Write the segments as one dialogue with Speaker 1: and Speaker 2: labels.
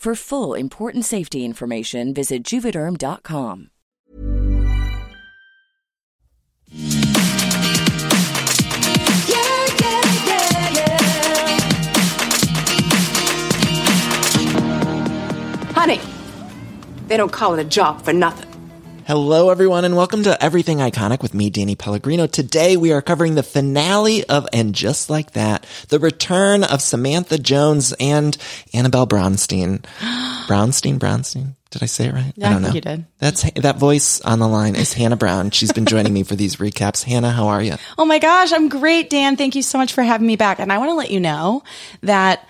Speaker 1: For full important safety information, visit juvederm.com.
Speaker 2: Yeah, yeah, yeah, yeah.
Speaker 3: Honey, they don't call it a job for nothing.
Speaker 4: Hello, everyone, and welcome to Everything Iconic with me, Danny Pellegrino. Today, we are covering the finale of And Just Like That, the return of Samantha Jones and Annabelle Bronstein. Brownstein, Brownstein? Did I say it right?
Speaker 5: Yeah, I think you did.
Speaker 4: That's that voice on the line is Hannah Brown. She's been joining me for these recaps. Hannah, how are you?
Speaker 5: Oh my gosh, I'm great, Dan. Thank you so much for having me back. And I want to let you know that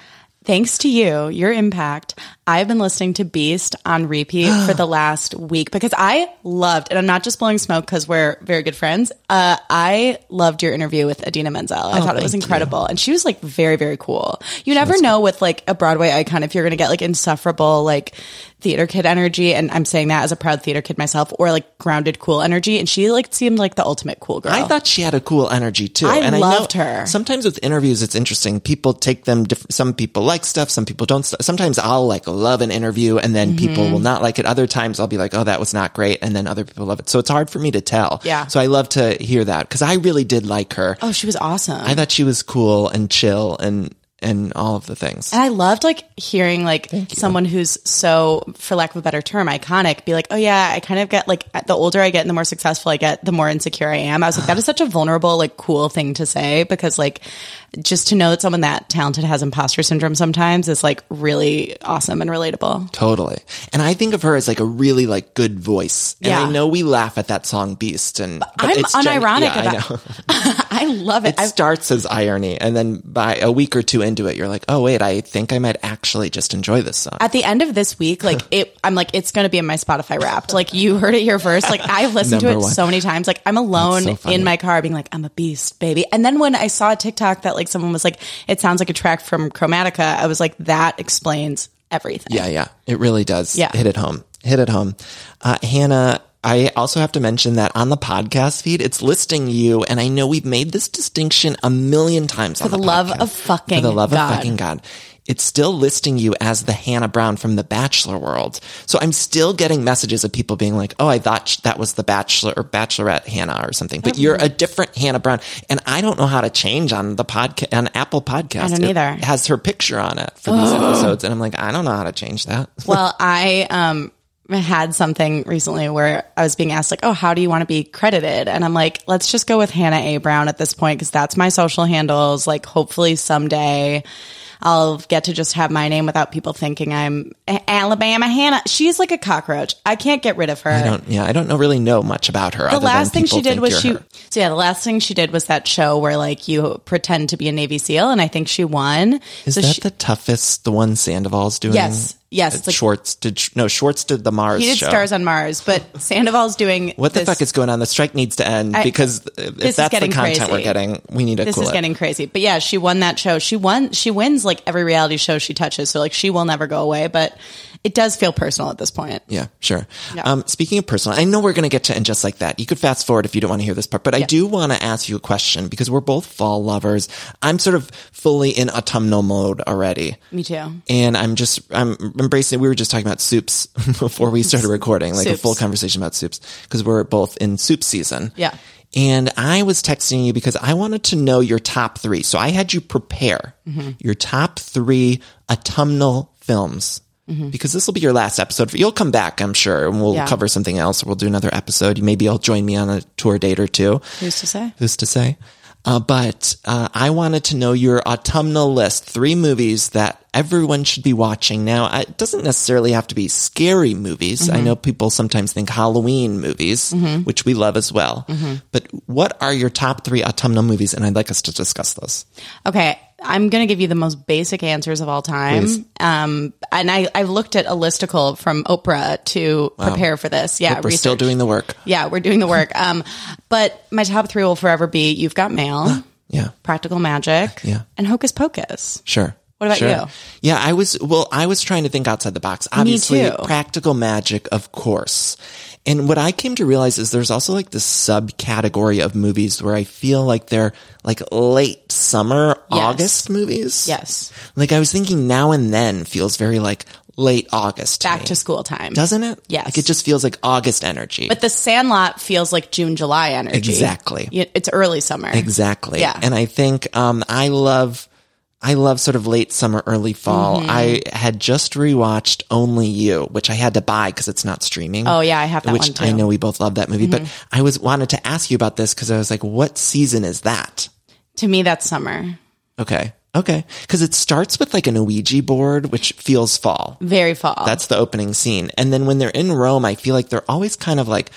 Speaker 5: thanks to you, your impact, I've been listening to Beast on repeat for the last week because I loved, and I'm not just blowing smoke because we're very good friends. Uh, I loved your interview with Adina Menzel. I thought it was incredible. And she was like very, very cool. You never know with like a Broadway icon if you're going to get like insufferable, like theater kid energy. And I'm saying that as a proud theater kid myself or like grounded cool energy. And she like seemed like the ultimate cool girl.
Speaker 4: I thought she had a cool energy too.
Speaker 5: Oh. I
Speaker 4: and
Speaker 5: loved
Speaker 4: I know
Speaker 5: her.
Speaker 4: Sometimes with interviews, it's interesting. People take them. Diff- some people like stuff. Some people don't. St- sometimes I'll like love an interview, and then people
Speaker 5: Mm-hmm.
Speaker 4: will not like it. Other times I'll be like, "Oh, that was not great," and then other people love it. So it's hard for me to tell.
Speaker 5: Yeah.
Speaker 4: So I love to hear that because I really did like her.
Speaker 5: Oh, she was awesome.
Speaker 4: I thought she was cool and chill and and all of the things.
Speaker 5: And I loved like hearing like someone who's so, for lack of a better term, iconic be like, oh yeah, I kind of get like the older I get and the more successful I get, the more insecure I am. I was like, that is such a vulnerable, like cool thing to say because like just to know that someone that talented has imposter syndrome sometimes is like really awesome and relatable.
Speaker 4: Totally. And I think of her as like a really like good voice. And
Speaker 5: Yeah.
Speaker 4: I know we laugh at that song Beast and but
Speaker 5: I'm
Speaker 4: it's gen-
Speaker 5: unironic
Speaker 4: yeah, I
Speaker 5: about
Speaker 4: know.
Speaker 5: I love it.
Speaker 4: It starts as irony, and then by a week or two into it, you're like, "Oh wait, I think I might actually just enjoy this song."
Speaker 5: at the end of this week, like it, I'm like, it's going to be in my Spotify wrapped. Like you heard it here first. Like I've listened to it
Speaker 4: Number one.
Speaker 5: so many times. Like I'm alone
Speaker 4: That's so funny.
Speaker 5: in my car being like, I'm a beast, baby. And then when I saw a TikTok that like someone was like, it sounds like a track from Chromatica, I was like, that explains everything.
Speaker 4: yeah, yeah, it really does.
Speaker 5: Yeah.
Speaker 4: hit it home, hit it home, uh, Hannah. I also have to mention that on the podcast feed, it's listing you, and I know we've made this distinction a million times. For
Speaker 5: the love of fucking
Speaker 4: for the love
Speaker 5: God.
Speaker 4: of fucking God. It's still listing you as the Hannah Brown from the Bachelor world. So I'm still getting messages of people being like, "Oh, I thought sh- that was the Bachelor or Bachelorette Hannah or something," but you're a different Hannah Brown, and I don't know how to change on the podcast on Apple Podcast.
Speaker 5: I don't
Speaker 4: It
Speaker 5: either.
Speaker 4: has her picture on it for these episodes, and I'm like, I don't know how to change that.
Speaker 5: Well, I, um, had something recently where I was being asked like, "Oh, how do you want to be credited?" And I'm like, "Let's just go with Hannah A. Brown at this point because that's my social handles. Like, hopefully someday I'll get to just have my name without people thinking I'm A- Alabama Hannah. She's like a cockroach. I can't get rid of her.
Speaker 4: I don't, yeah, I don't know really know much about her.
Speaker 5: the last thing she did was she. So yeah, the last thing she did was that show where like you pretend to be a Navy SEAL, and I think she won.
Speaker 4: Is
Speaker 5: so
Speaker 4: that
Speaker 5: she,
Speaker 4: the toughest? The one Sandoval's doing?
Speaker 5: Yes. Yes,
Speaker 4: Uh,
Speaker 5: it's like-
Speaker 4: Schwartz did. Sh- No, Schwartz did the Mars.
Speaker 5: he did
Speaker 4: show.
Speaker 5: Stars on Mars, but Sandoval's doing
Speaker 4: What the
Speaker 5: this-
Speaker 4: fuck is going on? The strike needs to end because if
Speaker 5: is
Speaker 4: that's the
Speaker 5: getting
Speaker 4: content
Speaker 5: crazy.
Speaker 4: we're getting, we need to
Speaker 5: this
Speaker 4: cool
Speaker 5: is
Speaker 4: it.
Speaker 5: getting crazy but yeah she won that show she won she wins like every reality show she touches so like she will never go away but it does feel personal at this point.
Speaker 4: Yeah, sure.
Speaker 5: Yeah.
Speaker 4: Um, speaking of personal, I know we're going to get to end just like that. You could fast forward if you don't want to hear this part, but I do want to ask you a question because we're both fall lovers. I'm sort of fully in autumnal mode already.
Speaker 5: Me too.
Speaker 4: And I'm just, I'm embracing, we were just talking about soups before we started recording, like a
Speaker 5: Soups.
Speaker 4: full conversation about soups because we're both in soup season.
Speaker 5: Yeah.
Speaker 4: And I was texting you because I wanted to know your top three. So I had you prepare
Speaker 5: Mm-hmm.
Speaker 4: your top three autumnal films because this will be your last episode. You'll come back, I'm sure, and we'll
Speaker 5: Mm-hmm. Yeah.
Speaker 4: cover something else. We'll do another episode. Maybe you'll join me on a tour date or two.
Speaker 5: Who's to say?
Speaker 4: Who's to say? Uh, but uh, I wanted to know your autumnal list three movies that everyone should be watching. Now, I- it doesn't necessarily have to be scary movies. I know people sometimes think Halloween movies, which we love as well. But what are your top three autumnal movies? And I'd like us to discuss those.
Speaker 5: Okay, I'm going to give you the most basic answers of all time.
Speaker 4: Please.
Speaker 5: Um, and I, I looked at a listicle from Oprah to prepare for this. Yeah,
Speaker 4: We're still doing the work.
Speaker 5: Yeah, we're doing the work. Um, but my top three will forever be You've Got Mail,
Speaker 4: Yeah,
Speaker 5: Practical Magic,
Speaker 4: Yeah.
Speaker 5: and Hocus Pocus.
Speaker 4: sure.
Speaker 5: What about
Speaker 4: Sure.
Speaker 5: you?
Speaker 4: Yeah, I was, well, I was trying to think outside the box. Obviously,
Speaker 5: too.
Speaker 4: practical magic, of course. And what I came to realize is there's also like this subcategory of movies where I feel like they're like late summer,
Speaker 5: Yes.
Speaker 4: August movies.
Speaker 5: Yes.
Speaker 4: Like I was thinking now and then feels very like late August.
Speaker 5: Back
Speaker 4: me.
Speaker 5: to school time.
Speaker 4: Doesn't it?
Speaker 5: Yes.
Speaker 4: Like it just feels like August energy.
Speaker 5: but the Sandlot feels like June, July energy.
Speaker 4: Exactly.
Speaker 5: Y- It's early summer.
Speaker 4: Exactly.
Speaker 5: Yeah.
Speaker 4: And I think um, I love I love sort of late summer, early fall.
Speaker 5: Mm-hmm.
Speaker 4: I had just rewatched Only You, which I had to buy because it's not streaming.
Speaker 5: Oh, yeah, I have that
Speaker 4: which
Speaker 5: one, too. Mm-hmm.
Speaker 4: I know we both love that movie, but I was wanted to ask you about this because I was like, what season is that?
Speaker 5: To me, that's summer.
Speaker 4: Okay. Okay. Because it starts with like an Ouija board, which feels fall.
Speaker 5: Very fall.
Speaker 4: That's the opening scene. And then when they're in Rome, I feel like they're always kind of like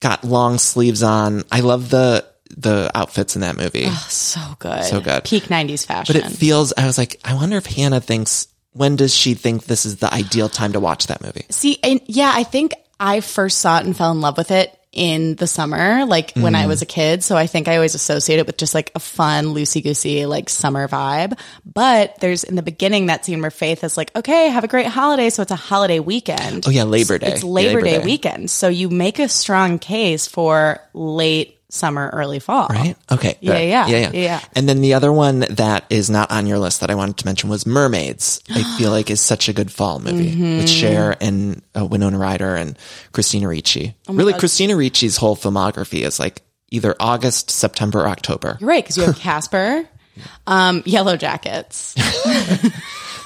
Speaker 4: got long sleeves on. I love the the outfits in that movie.
Speaker 5: so good.
Speaker 4: So good.
Speaker 5: Peak 90s
Speaker 4: But
Speaker 5: fashion.
Speaker 4: it feels, I was like, I wonder if Hannah thinks, when does she think this is the ideal time to watch that movie?
Speaker 5: See, and yeah, I think I first saw it and fell in love with it in the summer, like when
Speaker 4: Mm.
Speaker 5: I was a kid. So I think I always associate it with just like a fun, loosey goosey, like summer vibe. But there's in the beginning that scene where Faith is like, okay, have a great holiday. So it's a holiday weekend.
Speaker 4: Oh, yeah, Labor Day.
Speaker 5: It's Labor,
Speaker 4: Labor
Speaker 5: Day,
Speaker 4: Day.
Speaker 5: weekend. So you make a strong case for late summer, early fall.
Speaker 4: Right? Okay.
Speaker 5: Yeah,
Speaker 4: Right.
Speaker 5: yeah,
Speaker 4: yeah,
Speaker 5: yeah.
Speaker 4: And then the other one that is not on your list that I wanted to mention was Mermaids. I feel like is such a good fall movie
Speaker 5: Mm-hmm.
Speaker 4: with Cher and uh, Winona Ryder and Christina Ricci.
Speaker 5: Oh
Speaker 4: really, Christina Ricci's whole filmography is like either August, September, or October.
Speaker 5: You're right. Cause you have Casper, um, Yellow Jackets.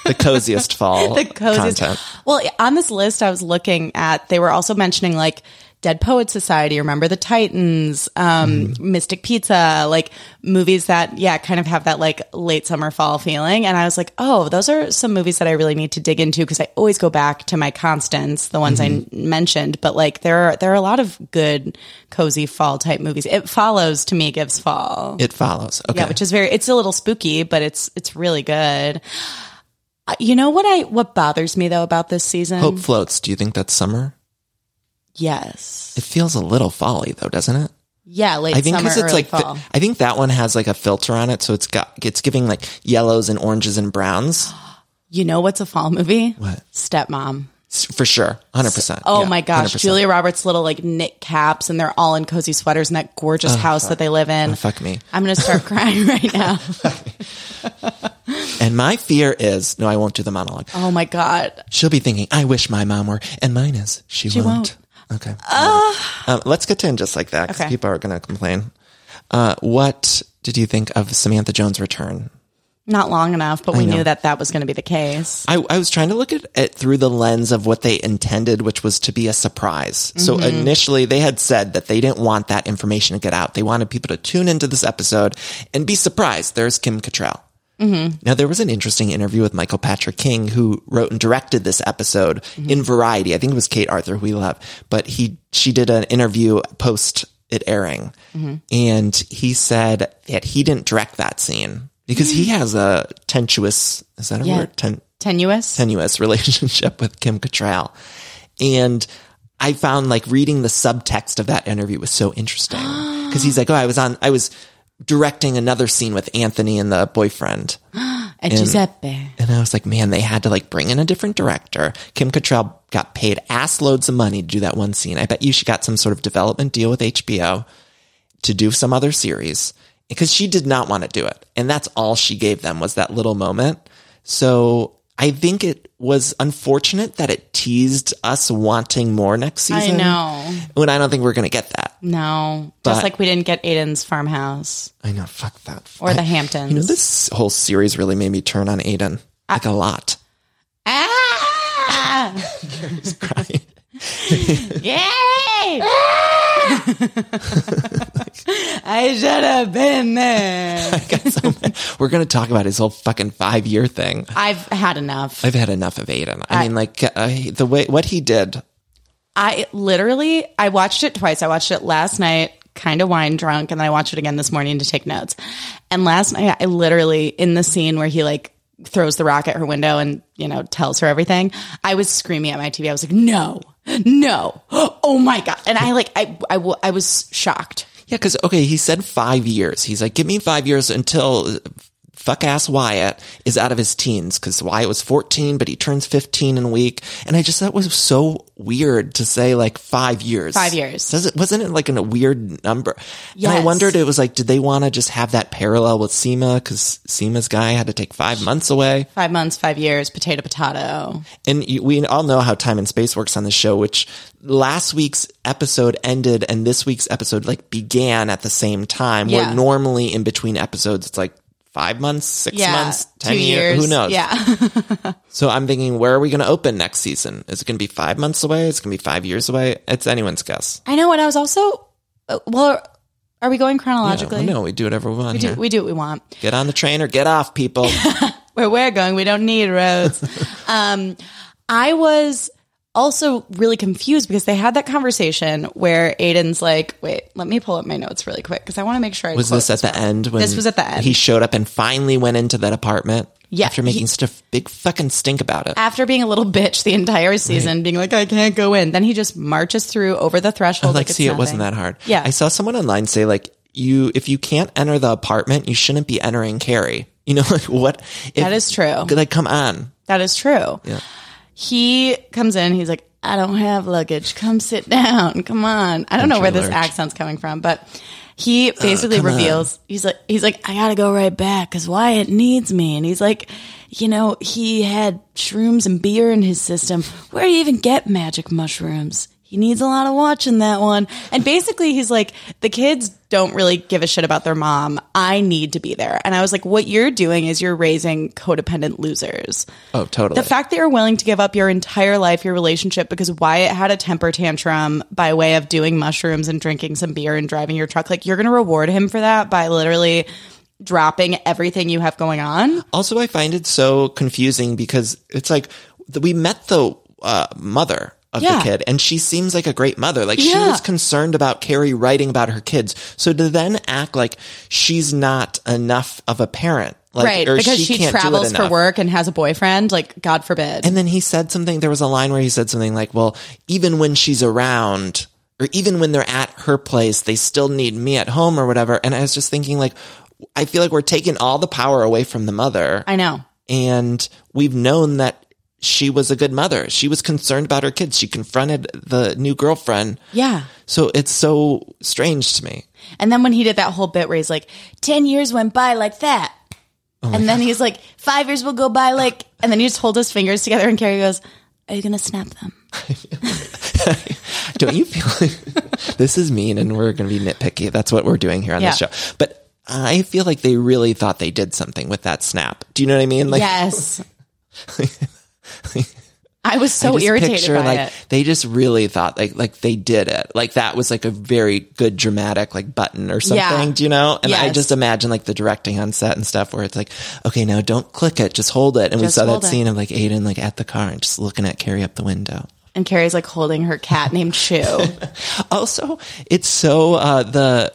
Speaker 4: The coziest fall
Speaker 5: the coziest.
Speaker 4: content.
Speaker 5: Well, on this list, I was looking at. They were also mentioning like Dead Poet Society. Remember the Titans, um, Mystic Pizza, like movies that yeah, kind of have that like late summer fall feeling. And I was like, oh, those are some movies that I really need to dig into because I always go back to my constants, the ones I n- mentioned. But like there are there are a lot of good cozy fall type movies. It follows to me gives fall.
Speaker 4: It follows. Okay.
Speaker 5: Yeah, which is very. It's a little spooky, but it's it's really good. Uh, You know what I what bothers me though about this season?
Speaker 4: Hope floats. Do you think that's summer?
Speaker 5: Yes.
Speaker 4: It feels a little folly though, doesn't it?
Speaker 5: Yeah, late
Speaker 4: I think
Speaker 5: summer,
Speaker 4: because it's
Speaker 5: early
Speaker 4: like th-
Speaker 5: fall.
Speaker 4: I think that one has like a filter on it, so it's got it's giving like yellows and oranges and browns
Speaker 5: you know what's a fall movie?
Speaker 4: What?
Speaker 5: Stepmom.
Speaker 4: S- for sure, hundred percent.
Speaker 5: Oh my gosh, Julia Roberts' little like knit caps, and they're all in cozy sweaters in that gorgeous house that they live in.
Speaker 4: Oh, fuck me.
Speaker 5: I'm gonna start crying right now.
Speaker 4: And my fear is no, I won't do the monologue.
Speaker 5: Oh my god.
Speaker 4: She'll be thinking, I wish my mom were, and mine is she, won't. Okay. um, let's get to in just like that because
Speaker 5: Uh. Okay.
Speaker 4: people are going to complain. Uh, what did you think of Samantha Jones' return?
Speaker 5: Not long enough, but we knew that that was going to be the case.
Speaker 4: I, I was trying to look at it through the lens of what they intended, which was to be a surprise. So initially, they had said that they didn't want that information to get out. They wanted people to tune into this episode and be surprised. There's Kim Cattrall. Now, there was an interesting interview with Michael Patrick King, who wrote and directed this episode in Variety. I think it was Kate Arthur, who we love, but he she did an interview post it airing, and he said that he didn't direct that scene because he has a tenuous is that a
Speaker 5: Yeah.
Speaker 4: word? Ten,
Speaker 5: Tenuous.
Speaker 4: tenuous relationship with Kim Cattrall. And I found like reading the subtext of that interview was so interesting because he's like, Oh, I was on, I was directing another scene with Anthony and the boyfriend.
Speaker 5: And Giuseppe.
Speaker 4: And I was like, man, they had to like bring in a different director. Kim Cattrall got paid ass loads of money to do that one scene. I bet you she got some sort of development deal with HBO to do some other series because she did not want to do it. And that's all she gave them was that little moment. So I think it was unfortunate that it teased us wanting more next
Speaker 5: I
Speaker 4: season.
Speaker 5: know.
Speaker 4: When I don't think we're going to get that.
Speaker 5: No.
Speaker 4: But-
Speaker 5: Just like we didn't get Aiden's farmhouse
Speaker 4: I know. Fuck that.
Speaker 5: or the
Speaker 4: I-
Speaker 5: Hamptons.
Speaker 4: You know, this whole series really made me turn on Aiden like a lot.
Speaker 5: Ah!
Speaker 4: He's crying.
Speaker 5: Yay! I should have been there.
Speaker 4: I got so mad. We're going to talk about his whole fucking five year thing.
Speaker 5: I've had enough.
Speaker 4: I've had enough of Aiden. I, mean, like uh, the way what he did.
Speaker 5: I literally I watched it twice. I watched it last night, kind of wine drunk, and then I watched it again this morning to take notes. And last night I literally in the scene where he like throws the rock at her window and, you know, tells her everything, I was screaming at my TV. I was like, "No. No. Oh my god." And I like I I, w- I was shocked.
Speaker 4: Yeah, because okay, he said five years. He's like, give me five years until uh, fuck ass Wyatt is out of his teens because Wyatt was fourteen, but he turns fifteen in a week. And I just thought it was so weird to say like five years.
Speaker 5: Five years.
Speaker 4: Does it wasn't it like in a weird number? And I
Speaker 5: Yes.
Speaker 4: wondered it was like, did they want to just have that parallel with Seema because Seema's guy had to take five months away?
Speaker 5: 5 months, 5 years, potato potato.
Speaker 4: and you, we all know how time and space works on this show which last week's episode ended and this week's episode like began at the same time where
Speaker 5: Yeah.
Speaker 4: normally in between episodes it's like five months six
Speaker 5: Yeah.
Speaker 4: months ten
Speaker 5: 2
Speaker 4: years,
Speaker 5: years.
Speaker 4: who knows
Speaker 5: Yeah.
Speaker 4: so i'm thinking where are we going to open next season is it going to be five months away is it going to be five years away it's anyone's guess
Speaker 5: I know and I was also uh, well are we going chronologically?
Speaker 4: no we do whatever we want
Speaker 5: We
Speaker 4: here.
Speaker 5: do, we do what we want.
Speaker 4: get on the train or get off people
Speaker 5: where we're going, we don't need roads. um, I was also really confused because they had that conversation where Aiden's like, wait, let me pull up my notes really quick because I want to make sure I
Speaker 4: was
Speaker 5: quote
Speaker 4: this at the end when
Speaker 5: This was at the end.
Speaker 4: he showed up and finally went into that apartment
Speaker 5: Yeah,
Speaker 4: after making
Speaker 5: he-
Speaker 4: such a big fucking stink about it
Speaker 5: After being a little bitch the entire season, being like, I can't go in, then he just marches through over the threshold.
Speaker 4: Oh, like,
Speaker 5: it's
Speaker 4: see, it wasn't
Speaker 5: nothing.
Speaker 4: that hard.
Speaker 5: Yeah.
Speaker 4: I saw someone online say like, you, if you can't enter the apartment, you shouldn't be entering Carrie. You know, like what? If,
Speaker 5: That is true.
Speaker 4: Like, come on.
Speaker 5: That is true. He comes in, he's like, I don't have luggage. Come sit down. Come on. I don't know where this
Speaker 4: Lurch.
Speaker 5: accent's coming from, but he basically reveals he's like he's like, I gotta go right back because Wyatt needs me. And he's like, you know, he had shrooms and beer in his system. Where do you even get magic mushrooms? He needs a lot of watching that one. And basically he's like, the kids don't really give a shit about their mom. I need to be there. And I was like, what you're doing is you're raising codependent losers.
Speaker 4: Oh, totally.
Speaker 5: The fact that you're willing to give up your entire life, your relationship, because Wyatt had a temper tantrum by way of doing mushrooms and drinking some beer and driving your truck, like you're going to reward him for that by literally dropping everything you have going on.
Speaker 4: also, I find it so confusing because it's like th- we met the uh, mother of
Speaker 5: Yeah.
Speaker 4: the kid and she seems like a great mother. Like she
Speaker 5: Yeah.
Speaker 4: was concerned about Carrie writing about her kids. So to then act like she's not enough of a parent. Like,
Speaker 5: right.
Speaker 4: or
Speaker 5: Because she,
Speaker 4: can't do it
Speaker 5: travels for
Speaker 4: enough.
Speaker 5: work and has a boyfriend. Like, God forbid.
Speaker 4: And then he said something, there was a line where he said something like, well, even when she's around, or even when they're at her place, they still need me at home or whatever. And I was just thinking, like, I feel like we're taking all the power away from the mother.
Speaker 5: I know.
Speaker 4: And we've known that she was a good mother. She was concerned about her kids. She confronted the new girlfriend.
Speaker 5: Yeah.
Speaker 4: So it's so strange to me.
Speaker 5: And then when he did that whole bit where he's like, 10 years went by like that.
Speaker 4: Oh
Speaker 5: and then he's like, five years will go by like, and then he just holds his fingers together and Carrie goes, Are you going to snap them?
Speaker 4: Don't you feel like this is mean and we're going to be nitpicky? That's what we're doing here on this
Speaker 5: Yeah.
Speaker 4: show. But I feel like they really thought they did something with that snap. Do you know what I mean? Like,
Speaker 5: yes. I was
Speaker 4: I
Speaker 5: so
Speaker 4: just
Speaker 5: irritated
Speaker 4: picture,
Speaker 5: by
Speaker 4: like,
Speaker 5: it.
Speaker 4: They just really thought like like they did it. Like that was like a very good dramatic like button or something.
Speaker 5: Yeah.
Speaker 4: Do you know? And I
Speaker 5: Yes.
Speaker 4: just imagine like the directing on set and stuff where it's like, okay, now don't click it, just hold it. And we
Speaker 5: Just
Speaker 4: saw that
Speaker 5: hold it.
Speaker 4: scene of like Aiden like at the car and just looking at Carrie up the window.
Speaker 5: And Carrie's like holding her cat named Chew.
Speaker 4: Also, it's so uh, the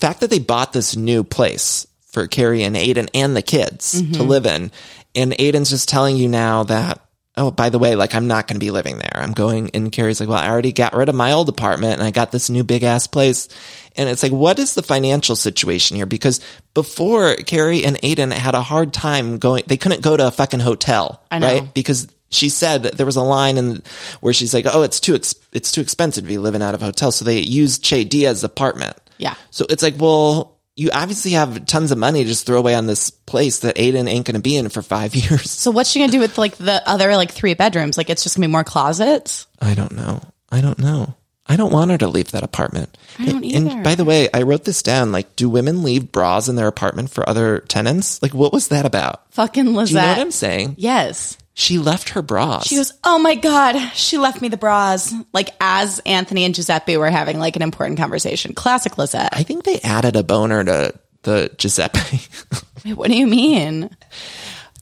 Speaker 4: fact that they bought this new place for
Speaker 5: Mm-hmm.
Speaker 4: Carrie and Aiden and the kids to live in, and Aiden's just telling you now that oh, by the way, like I'm not going to be living there. I'm going, and Carrie's like, well, I already got rid of my old apartment and I got this new big ass place. And it's like, what is the financial situation here? Because before Carrie and Aiden had a hard time going, they couldn't go to a fucking hotel,
Speaker 5: I know.
Speaker 4: right? Because she said that there was a line in where she's like, oh, it's too, ex- it's too expensive to be living out of hotels. So they used Che Diaz's apartment.
Speaker 5: Yeah.
Speaker 4: So it's like, well, you obviously have tons of money to just throw away on this place that Aiden ain't going to be in for five years.
Speaker 5: So what's she gonna do with like the other like three bedrooms? Like it's just gonna be more closets.
Speaker 4: I don't know. I don't know. I don't want her to leave that apartment. I
Speaker 5: don't either.
Speaker 4: And by the way, I wrote this down. Like, do women leave bras in their apartment for other tenants? Like, what was that about?
Speaker 5: Fucking Lizette.
Speaker 4: Do you know what I'm saying?
Speaker 5: yes.
Speaker 4: She left her bras.
Speaker 5: She goes, Oh my God, she left me the bras. Like as Anthony and Giuseppe were having like an important conversation. Classic Lizette.
Speaker 4: I think they added a boner to the Giuseppe
Speaker 5: Wait, what do you mean?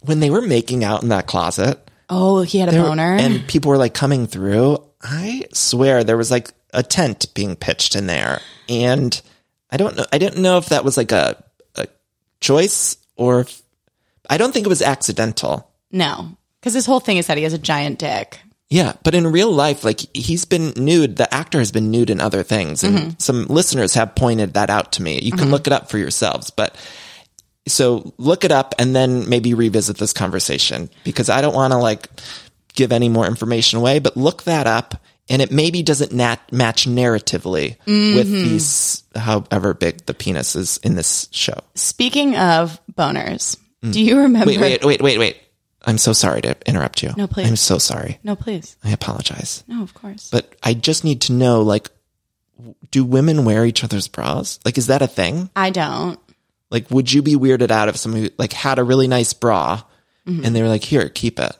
Speaker 4: when they were making out in that closet.
Speaker 5: Oh, he had a
Speaker 4: there-
Speaker 5: boner.
Speaker 4: and people were like coming through. I swear there was like a tent being pitched in there, and I don't know. I didn't know if that was like a a choice or if, I don't think it was accidental.
Speaker 5: no. Because his whole thing is that he has a giant dick.
Speaker 4: Yeah, but in real life, like he's been nude. The actor has been nude in other things, and
Speaker 5: Mm-hmm.
Speaker 4: some listeners have pointed that out to me. You can look it up for yourselves, but. So look it up and then maybe revisit this conversation because I don't want to like give any more information away, but look that up and it maybe doesn't nat- match narratively
Speaker 5: Mm-hmm.
Speaker 4: with these, however big the penis is in this show.
Speaker 5: Speaking of boners, do you remember?
Speaker 4: Mm. Wait, wait, wait, wait, wait. I'm so sorry to interrupt you.
Speaker 5: No, please.
Speaker 4: I'm so sorry.
Speaker 5: No, please.
Speaker 4: I apologize.
Speaker 5: No, Oh, of course.
Speaker 4: but I just need to know like do women wear each other's bras? Like is that a thing?
Speaker 5: I don't.
Speaker 4: Like would you be weirded out if someone who, like had a really nice bra
Speaker 5: Mm-hmm.
Speaker 4: and they were like here, keep it.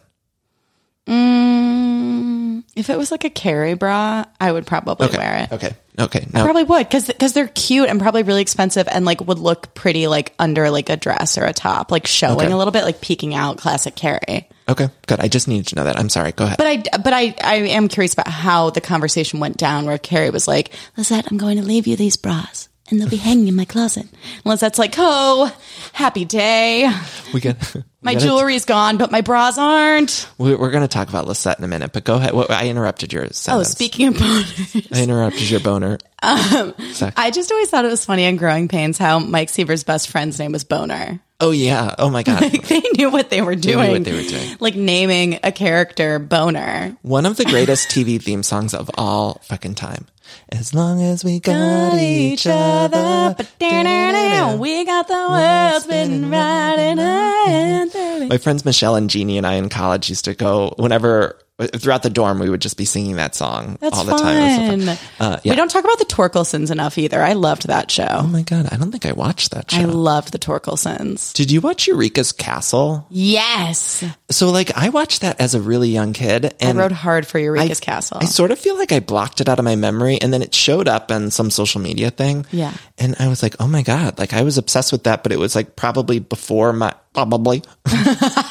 Speaker 5: Mm, if it was like a carry bra, I would probably
Speaker 4: Okay.
Speaker 5: wear it.
Speaker 4: Okay. Okay.
Speaker 5: I
Speaker 4: Now
Speaker 5: Probably would because because they're cute and probably really expensive and like would look pretty like under like a dress or a top like showing
Speaker 4: Okay.
Speaker 5: a little bit like peeking out classic carry.
Speaker 4: okay, good. I just needed to know that. I'm sorry. Go ahead.
Speaker 5: But I but I I am curious about how the conversation went down where Carrie was like Lizette I'm going to leave you these bras and they'll be hanging in my closet. And Lizette's like oh happy day
Speaker 4: we can
Speaker 5: my jewelry's gone but my bras aren't.
Speaker 4: we- We're going to talk about Lisette in a minute, but go ahead. What, I interrupted your
Speaker 5: Oh
Speaker 4: sentence.
Speaker 5: speaking of boners.
Speaker 4: I interrupted your boner.
Speaker 5: Um, I just always thought it was funny in Growing Pains how Mike Seaver's best friend's name was Boner.
Speaker 4: Oh yeah. Oh my god.
Speaker 5: Like they knew what they were doing.
Speaker 4: knew what they were doing.
Speaker 5: Like naming a character boner.
Speaker 4: One of the greatest TV theme songs of all fucking time. As long as we got, each other.
Speaker 5: But da-da-da, we got the world spinning right in our hands.
Speaker 4: My friends Michelle and Jeannie and I in college used to go whenever throughout the dorm we would just be singing that song
Speaker 5: That's
Speaker 4: all the
Speaker 5: fun.
Speaker 4: time. It was so fun. Uh, yeah.
Speaker 5: We don't talk about the Torkelsons enough either. I loved that show.
Speaker 4: oh my god, I don't think I watched that show.
Speaker 5: I loved the Torkelsons.
Speaker 4: Did you watch Eureka's Castle?
Speaker 5: Yes.
Speaker 4: So like I watched that as a really young kid and
Speaker 5: I rode hard for Eureka's
Speaker 4: I-
Speaker 5: Castle.
Speaker 4: I sort of feel like I blocked it out of my memory and then it showed up on some social media thing.
Speaker 5: Yeah.
Speaker 4: And I was like, oh my God, like I was obsessed with that, but it was like probably before my, probably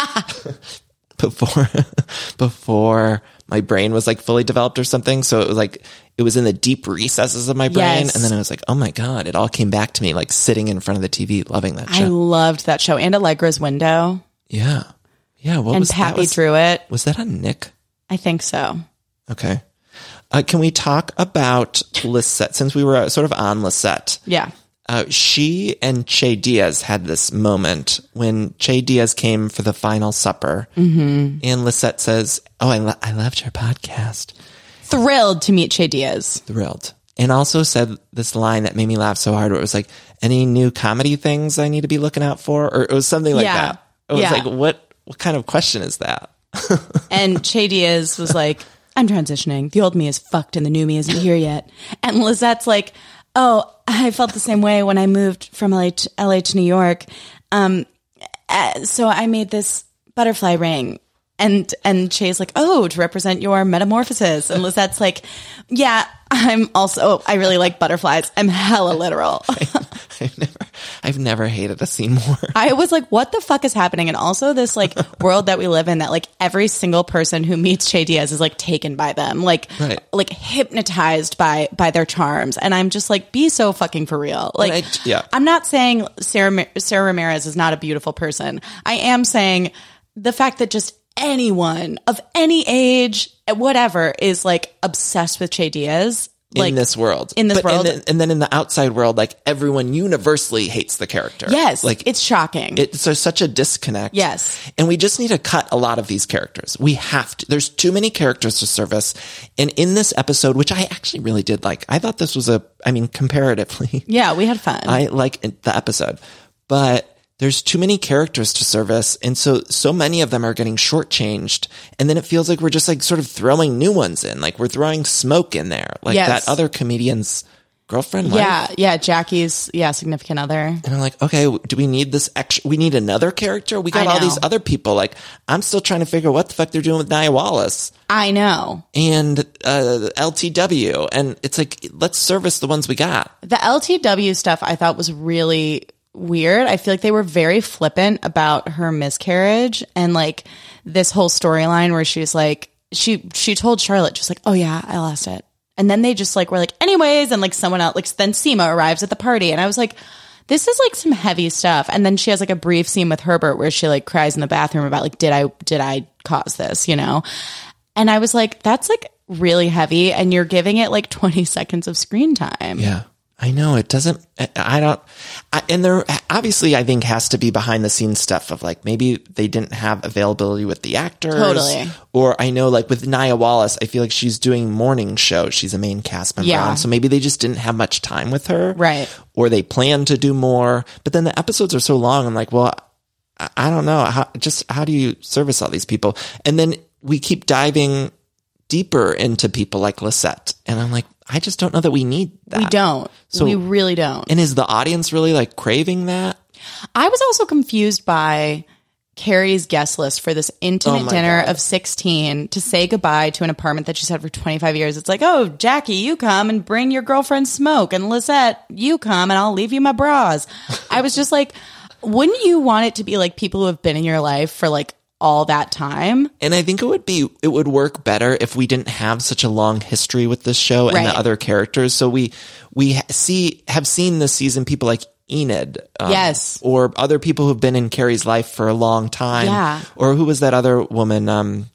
Speaker 4: before, before my brain was like fully developed or something. So it was like, it was in the deep recesses of my brain.
Speaker 5: Yes.
Speaker 4: And then I was like, oh my God, it all came back to me like sitting in front of the TV, loving that
Speaker 5: I
Speaker 4: show.
Speaker 5: loved that show. And Allegra's Window.
Speaker 4: yeah. Yeah. What
Speaker 5: and
Speaker 4: was that?
Speaker 5: Pappy
Speaker 4: Was,
Speaker 5: drew it.
Speaker 4: was that on Nick?
Speaker 5: I think so.
Speaker 4: Okay. Uh, can we talk about Lisette? Since we were uh, sort of on Lisette,
Speaker 5: Yeah.
Speaker 4: uh, she and Che Diaz had this moment when Che Diaz came for the final supper. Mm-hmm. And Lisette says, Oh, I, lo- I loved your podcast.
Speaker 5: Thrilled to meet Che Diaz.
Speaker 4: Thrilled. And also said this line that made me laugh so hard where it was like, Any new comedy things I need to be looking out for? Or it was something like
Speaker 5: Yeah.
Speaker 4: that. It was
Speaker 5: Yeah.
Speaker 4: like, what, what kind of question is that?
Speaker 5: And Che Diaz was like, I'm transitioning. The old me is fucked and the new me isn't here yet. And Lizette's like, Oh, I felt the same way when I moved from LA to, LA to New York. Um, uh, so I made this butterfly ring. And and Che's like, oh, to represent your metamorphosis. And Lizette's like, yeah, I'm also, I really like butterflies. I'm hella literal.
Speaker 4: I've never, I've never hated a scene more.
Speaker 5: I was like, what the fuck is happening? And also this like world that we live in that like every single person who meets Che Diaz is like taken by them, like
Speaker 4: Right.
Speaker 5: like hypnotized by by their charms. And I'm just like, be so fucking for real. Like
Speaker 4: I- yeah.
Speaker 5: I'm not saying Sarah Ma- Sarah Ramirez is not a beautiful person. I am saying the fact that just anyone of any age, whatever, is like obsessed with Che Diaz. Like
Speaker 4: in this world.
Speaker 5: in this
Speaker 4: But- and
Speaker 5: world.
Speaker 4: then- and then in the outside world, like everyone universally hates the character.
Speaker 5: Yes,
Speaker 4: Like
Speaker 5: like it's shocking.
Speaker 4: It's so such a disconnect.
Speaker 5: Yes.
Speaker 4: And we just need to cut a lot of these characters. We have to. There's too many characters to service. And in this episode, which I actually really did like, I thought this was a, I mean, comparatively,
Speaker 5: yeah, we had fun.
Speaker 4: I like the episode, but there's too many characters to service. And so, so many of them are getting shortchanged. And then it feels like we're just like sort of throwing new ones in. Like we're throwing smoke in there, like
Speaker 5: Yes.
Speaker 4: that other comedian's girlfriend. wife?
Speaker 5: yeah, yeah, Jackie's yeah significant other.
Speaker 4: And I'm like, okay, do we need this extra? We need another character. We got
Speaker 5: I
Speaker 4: all
Speaker 5: know.
Speaker 4: these other people. Like, I'm still trying to figure what the fuck they're doing with Nia Wallace
Speaker 5: I know.
Speaker 4: and uh, LTW. And it's like, let's service the ones we got.
Speaker 5: The LTW stuff I thought was really weird. I feel like they were very flippant about her miscarriage and like this whole storyline where she was like she she told Charlotte just like, "Oh yeah, I lost it." And then they just like were like, "Anyways," and like someone else like then Seema arrives at the party and I was like this is like some heavy stuff. And then she has like a brief scene with Herbert where she like cries in the bathroom about like did I did I cause this, you know? And I was like that's like really heavy and you're giving it like 20 seconds of screen time.
Speaker 4: Yeah. I know it doesn't, I- I don't, I, and there obviously I think has to be behind the scenes stuff of like maybe they didn't have availability with the actors.
Speaker 5: Totally.
Speaker 4: Or I know like with Nia Wallace, I feel like she's doing morning show. She's a main cast member.
Speaker 5: Yeah.
Speaker 4: on, so maybe they just didn't have much time with her.
Speaker 5: Right.
Speaker 4: Or they plan to do more. But then the episodes are so long. I'm like, well, I, I don't know. How, just how do you service all these people? And then we keep diving deeper into people like Lisette. And I'm like, I just don't know that we need that.
Speaker 5: We don't.
Speaker 4: So-
Speaker 5: we really don't.
Speaker 4: And is the audience really like craving that?
Speaker 5: I was also confused by Carrie's guest list for this
Speaker 4: Oh
Speaker 5: intimate
Speaker 4: my
Speaker 5: dinner of 16 to say goodbye to an apartment that she's had for 25 years. It's like, oh, Jackie, you come and bring your girlfriend smoke. And Lisette, you come and I'll leave you my bras. I was just like, wouldn't you want it to be like people who have been in your life for like all that time?
Speaker 4: And I think it would be it would work better if we didn't have such a long history with this show and
Speaker 5: Right.
Speaker 4: the other characters. So we we ha- see have seen this season people like Enid, um,
Speaker 5: Yes.
Speaker 4: or other people who've been in Carrie's life for a long time.
Speaker 5: Yeah.
Speaker 4: Or who was that other woman? Um,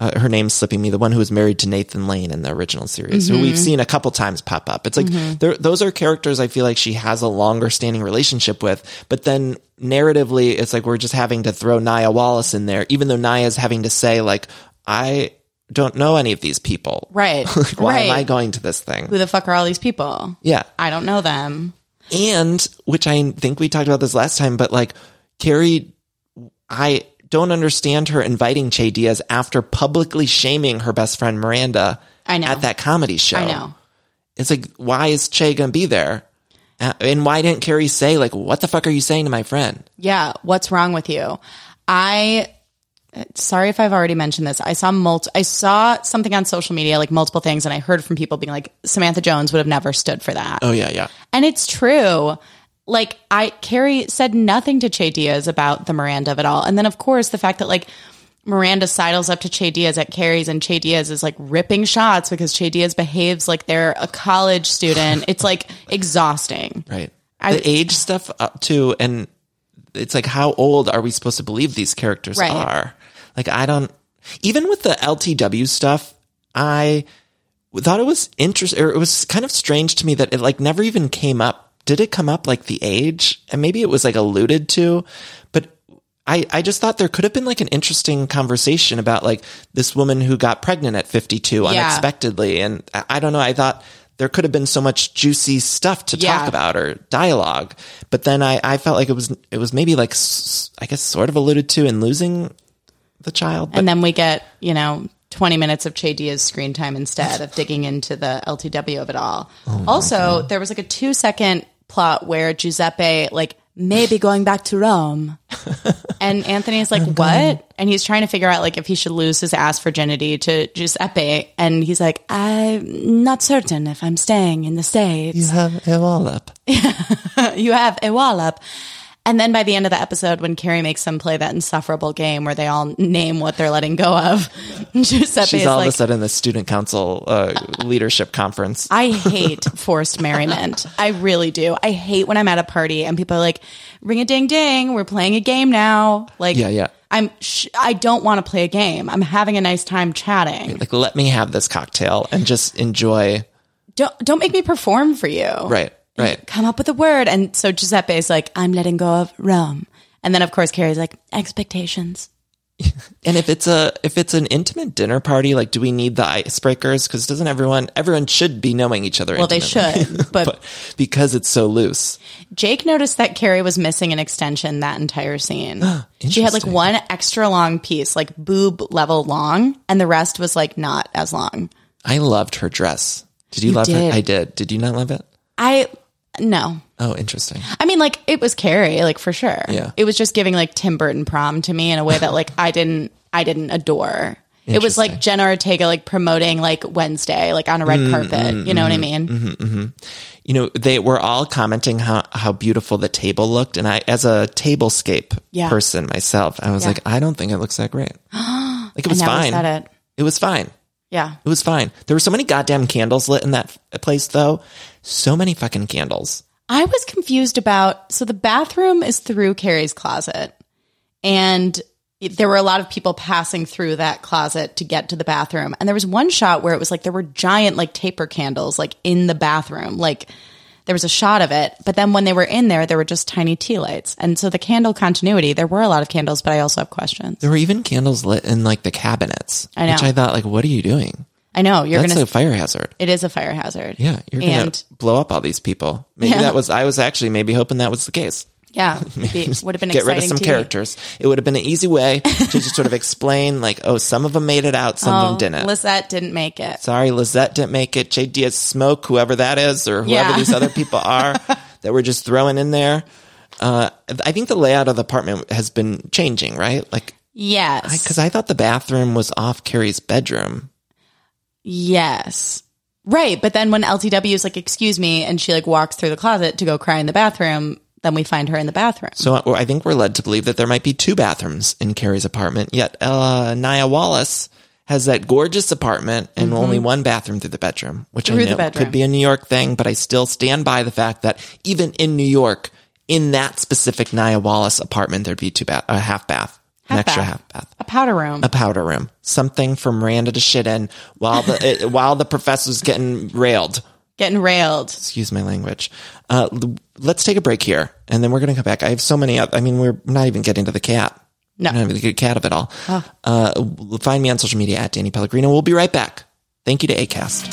Speaker 4: uh, her name's slipping me. The one who was married to Nathan Lane in the original series, who
Speaker 5: Mm-hmm.
Speaker 4: we've seen a couple times pop up. It's like there those are characters I feel like she has a longer standing relationship with. But then narratively, it's like we're just having to throw Nia Wallace in there, even though Nia's having to say like, I don't know any of these people.
Speaker 5: Right.
Speaker 4: Why
Speaker 5: right.
Speaker 4: am I going to this thing?
Speaker 5: who the fuck are all these people?
Speaker 4: Yeah.
Speaker 5: I don't know them.
Speaker 4: And which I think we talked about this last time, but like Carrie, I don't understand her inviting Che Diaz after publicly shaming her best friend Miranda
Speaker 5: I know.
Speaker 4: at that comedy show.
Speaker 5: I know.
Speaker 4: It's like, why is Che going to be there? Uh, And why didn't Carrie say, like, what the fuck are you saying to my friend?
Speaker 5: Yeah, what's wrong with you? I sorry if I've already mentioned this. I saw multi I saw something on social media like multiple things and I heard from people being like Samantha Jones would have never stood for that.
Speaker 4: Oh, yeah, yeah.
Speaker 5: And it's true. Like I Carrie said nothing to Che Diaz about the Miranda of it all. And then of course the fact that like Miranda sidles up to Che Diaz at Carrie's and Che Diaz is like ripping shots because Che Diaz behaves like they're a college student. It's like exhausting.
Speaker 4: Right.
Speaker 5: I-
Speaker 4: the age stuff, uh, too. And it's like, how old are we supposed to believe these characters
Speaker 5: Right.
Speaker 4: are? Like, I don't, even with the LTW stuff, I thought it was interesting, or it was kind of strange to me that it like never even came up. Did it come up like the age? And maybe it was like alluded to, but I, I just thought there could have been like an interesting conversation about like this woman who got pregnant at 52
Speaker 5: Yeah.
Speaker 4: unexpectedly. And I, I don't know. I thought there could have been so much juicy stuff to talk
Speaker 5: Yeah.
Speaker 4: about or dialogue. But then I, I felt like it was, it was maybe like, s- I guess sort of alluded to in losing the child. But
Speaker 5: and then we get you know 20 minutes of Che Diaz's screen time instead of digging into the LTW of it all. also, there was like a two second plot where Giuseppe like maybe going back to Rome, and Anthony's like what? And he's trying to figure out like if he should lose his ass virginity to Giuseppe, and he's like I'm not certain if I'm staying in the states
Speaker 4: you have it all up.
Speaker 5: you have a wallop. And then by the end of the episode, when Carrie makes them play that insufferable game where they all name what they're letting go of, Giuseppe
Speaker 4: She's
Speaker 5: is
Speaker 4: all
Speaker 5: like,
Speaker 4: of a sudden the student council uh, leadership conference.
Speaker 5: I hate forced merriment. I really do. I hate when I'm at a party and people are like, ring a ding ding, we're playing a game now. Like,
Speaker 4: yeah, yeah.
Speaker 5: I'm sh- I don't want to play a game. I'm having a nice time chatting.
Speaker 4: Like, let me have this cocktail and just enjoy.
Speaker 5: Don't don't make me perform for you.
Speaker 4: Right, right.
Speaker 5: Come up with a word. And so Giuseppe's like, I'm letting go of rum. And then of course Carrie's like, expectations.
Speaker 4: And if it's a if it's an intimate dinner party, like, do we need the icebreakers? Because doesn't everyone everyone should be knowing each other?
Speaker 5: Well, they
Speaker 4: intimately.
Speaker 5: should, but-
Speaker 4: because it's so loose,
Speaker 5: Jake noticed that Carrie was missing an extension that entire scene. she had like
Speaker 4: Interesting.
Speaker 5: one extra long piece, like boob level long, and the rest was like not as long.
Speaker 4: I loved her dress. Did you, love
Speaker 5: did.
Speaker 4: her? I did. Did you not love it?
Speaker 5: I no.
Speaker 4: Oh, interesting.
Speaker 5: I mean, like it was Carrie, like for sure.
Speaker 4: Yeah.
Speaker 5: It was just giving like Tim Burton prom to me in a way that like I didn't, I didn't adore. It was like Jenna Ortega like promoting like Wednesday, like on a
Speaker 4: Mm,
Speaker 5: red carpet. You know what I
Speaker 4: mm-hmm.
Speaker 5: mean?
Speaker 4: You know, they were all commenting how how beautiful the table looked, and I, as a tablescape
Speaker 5: Yeah.
Speaker 4: person myself, I was like, I don't think it looks that great. Like it was
Speaker 5: never
Speaker 4: fine.
Speaker 5: said it.
Speaker 4: It was fine.
Speaker 5: Yeah.
Speaker 4: It was fine. There were so many goddamn candles lit in that f- place, though. So many fucking candles.
Speaker 5: I was confused about, so the bathroom is through Carrie's closet and it- there were a lot of people passing through that closet to get to the bathroom. And there was one shot where it was like there were giant like taper candles like in the bathroom. Like there was a shot of it, but then when they were in there, there were just tiny tea lights. And so the candle continuity, there were a lot of candles, but I also have questions.
Speaker 4: There were even candles lit in like the cabinets,
Speaker 5: I know.
Speaker 4: which I thought, like, what are you doing?
Speaker 5: I know you're
Speaker 4: That's
Speaker 5: gonna.
Speaker 4: a fire hazard.
Speaker 5: it is a fire hazard.
Speaker 4: Yeah, you're gonna
Speaker 5: and
Speaker 4: blow up all these people. Maybe
Speaker 5: Yeah.
Speaker 4: that was. I was actually maybe hoping that was the case.
Speaker 5: yeah, would have been
Speaker 4: Get
Speaker 5: exciting
Speaker 4: rid of some
Speaker 5: TV.
Speaker 4: characters. It would have been an easy way to just sort of explain, like, oh, some of them made it out, some
Speaker 5: Oh,
Speaker 4: of them didn't.
Speaker 5: Lisette didn't make it.
Speaker 4: Sorry, Lizette didn't make it. J. Diaz Smoke, whoever that is, or whoever
Speaker 5: Yeah.
Speaker 4: these other people are that we're just throwing in there. Uh, I think the layout of the apartment has been changing, right? Like,
Speaker 5: yes,
Speaker 4: because I thought the bathroom was off Carrie's bedroom.
Speaker 5: Yes. Right. But then when LTW is like, excuse me, and she like walks through the closet to go cry in the bathroom, then we find her in the bathroom.
Speaker 4: So uh, I think we're led to believe that there might be two bathrooms in Carrie's apartment. Yet uh, Nia Wallace has that gorgeous apartment and only one bathroom through the bedroom, which
Speaker 5: Mm-hmm. Through
Speaker 4: I
Speaker 5: the
Speaker 4: know
Speaker 5: bedroom.
Speaker 4: could be a New York thing. But I still stand by the fact that even in New York, in that specific Nia Wallace apartment, there'd be two bath, a half bath, an
Speaker 5: Half
Speaker 4: extra
Speaker 5: bath.
Speaker 4: half bath.
Speaker 5: a powder room.
Speaker 4: A powder room, something for Miranda to shit in while the uh, while the professor's getting railed
Speaker 5: getting railed.
Speaker 4: excuse my language. Uh, l- let's take a break here, and then we're going to come back. I have so many. oth- I mean, we're not even getting to the cat.
Speaker 5: No.
Speaker 4: We're not even the good cat of it all. Uh, w- find me on social media at Danny Pellegrino. We'll be right back. Thank you to Acast.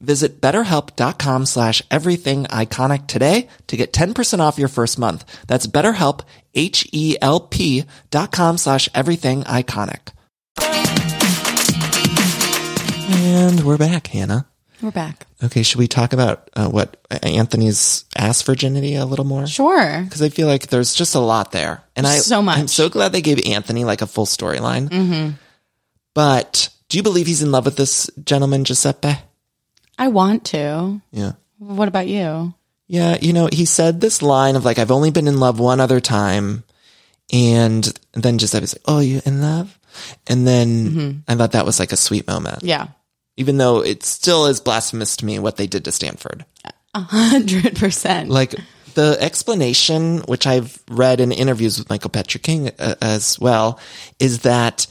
Speaker 4: Visit betterhelp.com slash everything iconic today to get 10% off your first month. That's betterhelp, H-E-L-P dot com slash everything iconic. And we're back, Hannah.
Speaker 5: We're back.
Speaker 4: Okay, should we talk about uh, what Anthony's ass virginity a little more?
Speaker 5: Sure.
Speaker 4: Because I feel like there's just a lot there, and I
Speaker 5: So much. Mm-hmm.
Speaker 4: I'm so glad they gave Anthony like a full storyline. But do you believe he's in love with this gentleman, Giuseppe?
Speaker 5: I want to.
Speaker 4: Yeah,
Speaker 5: What about you?
Speaker 4: yeah. You know, he said this line of like, "I've only been in love one other time," and then Giuseppe's like, "Oh, you in love?" And then
Speaker 5: Mm-hmm.
Speaker 4: I thought that was like a sweet moment,
Speaker 5: Yeah.
Speaker 4: even though it still is blasphemous to me what they did to Stanford.
Speaker 5: A hundred percent.
Speaker 4: like the explanation which i've read in interviews with michael patrick king uh, as well is that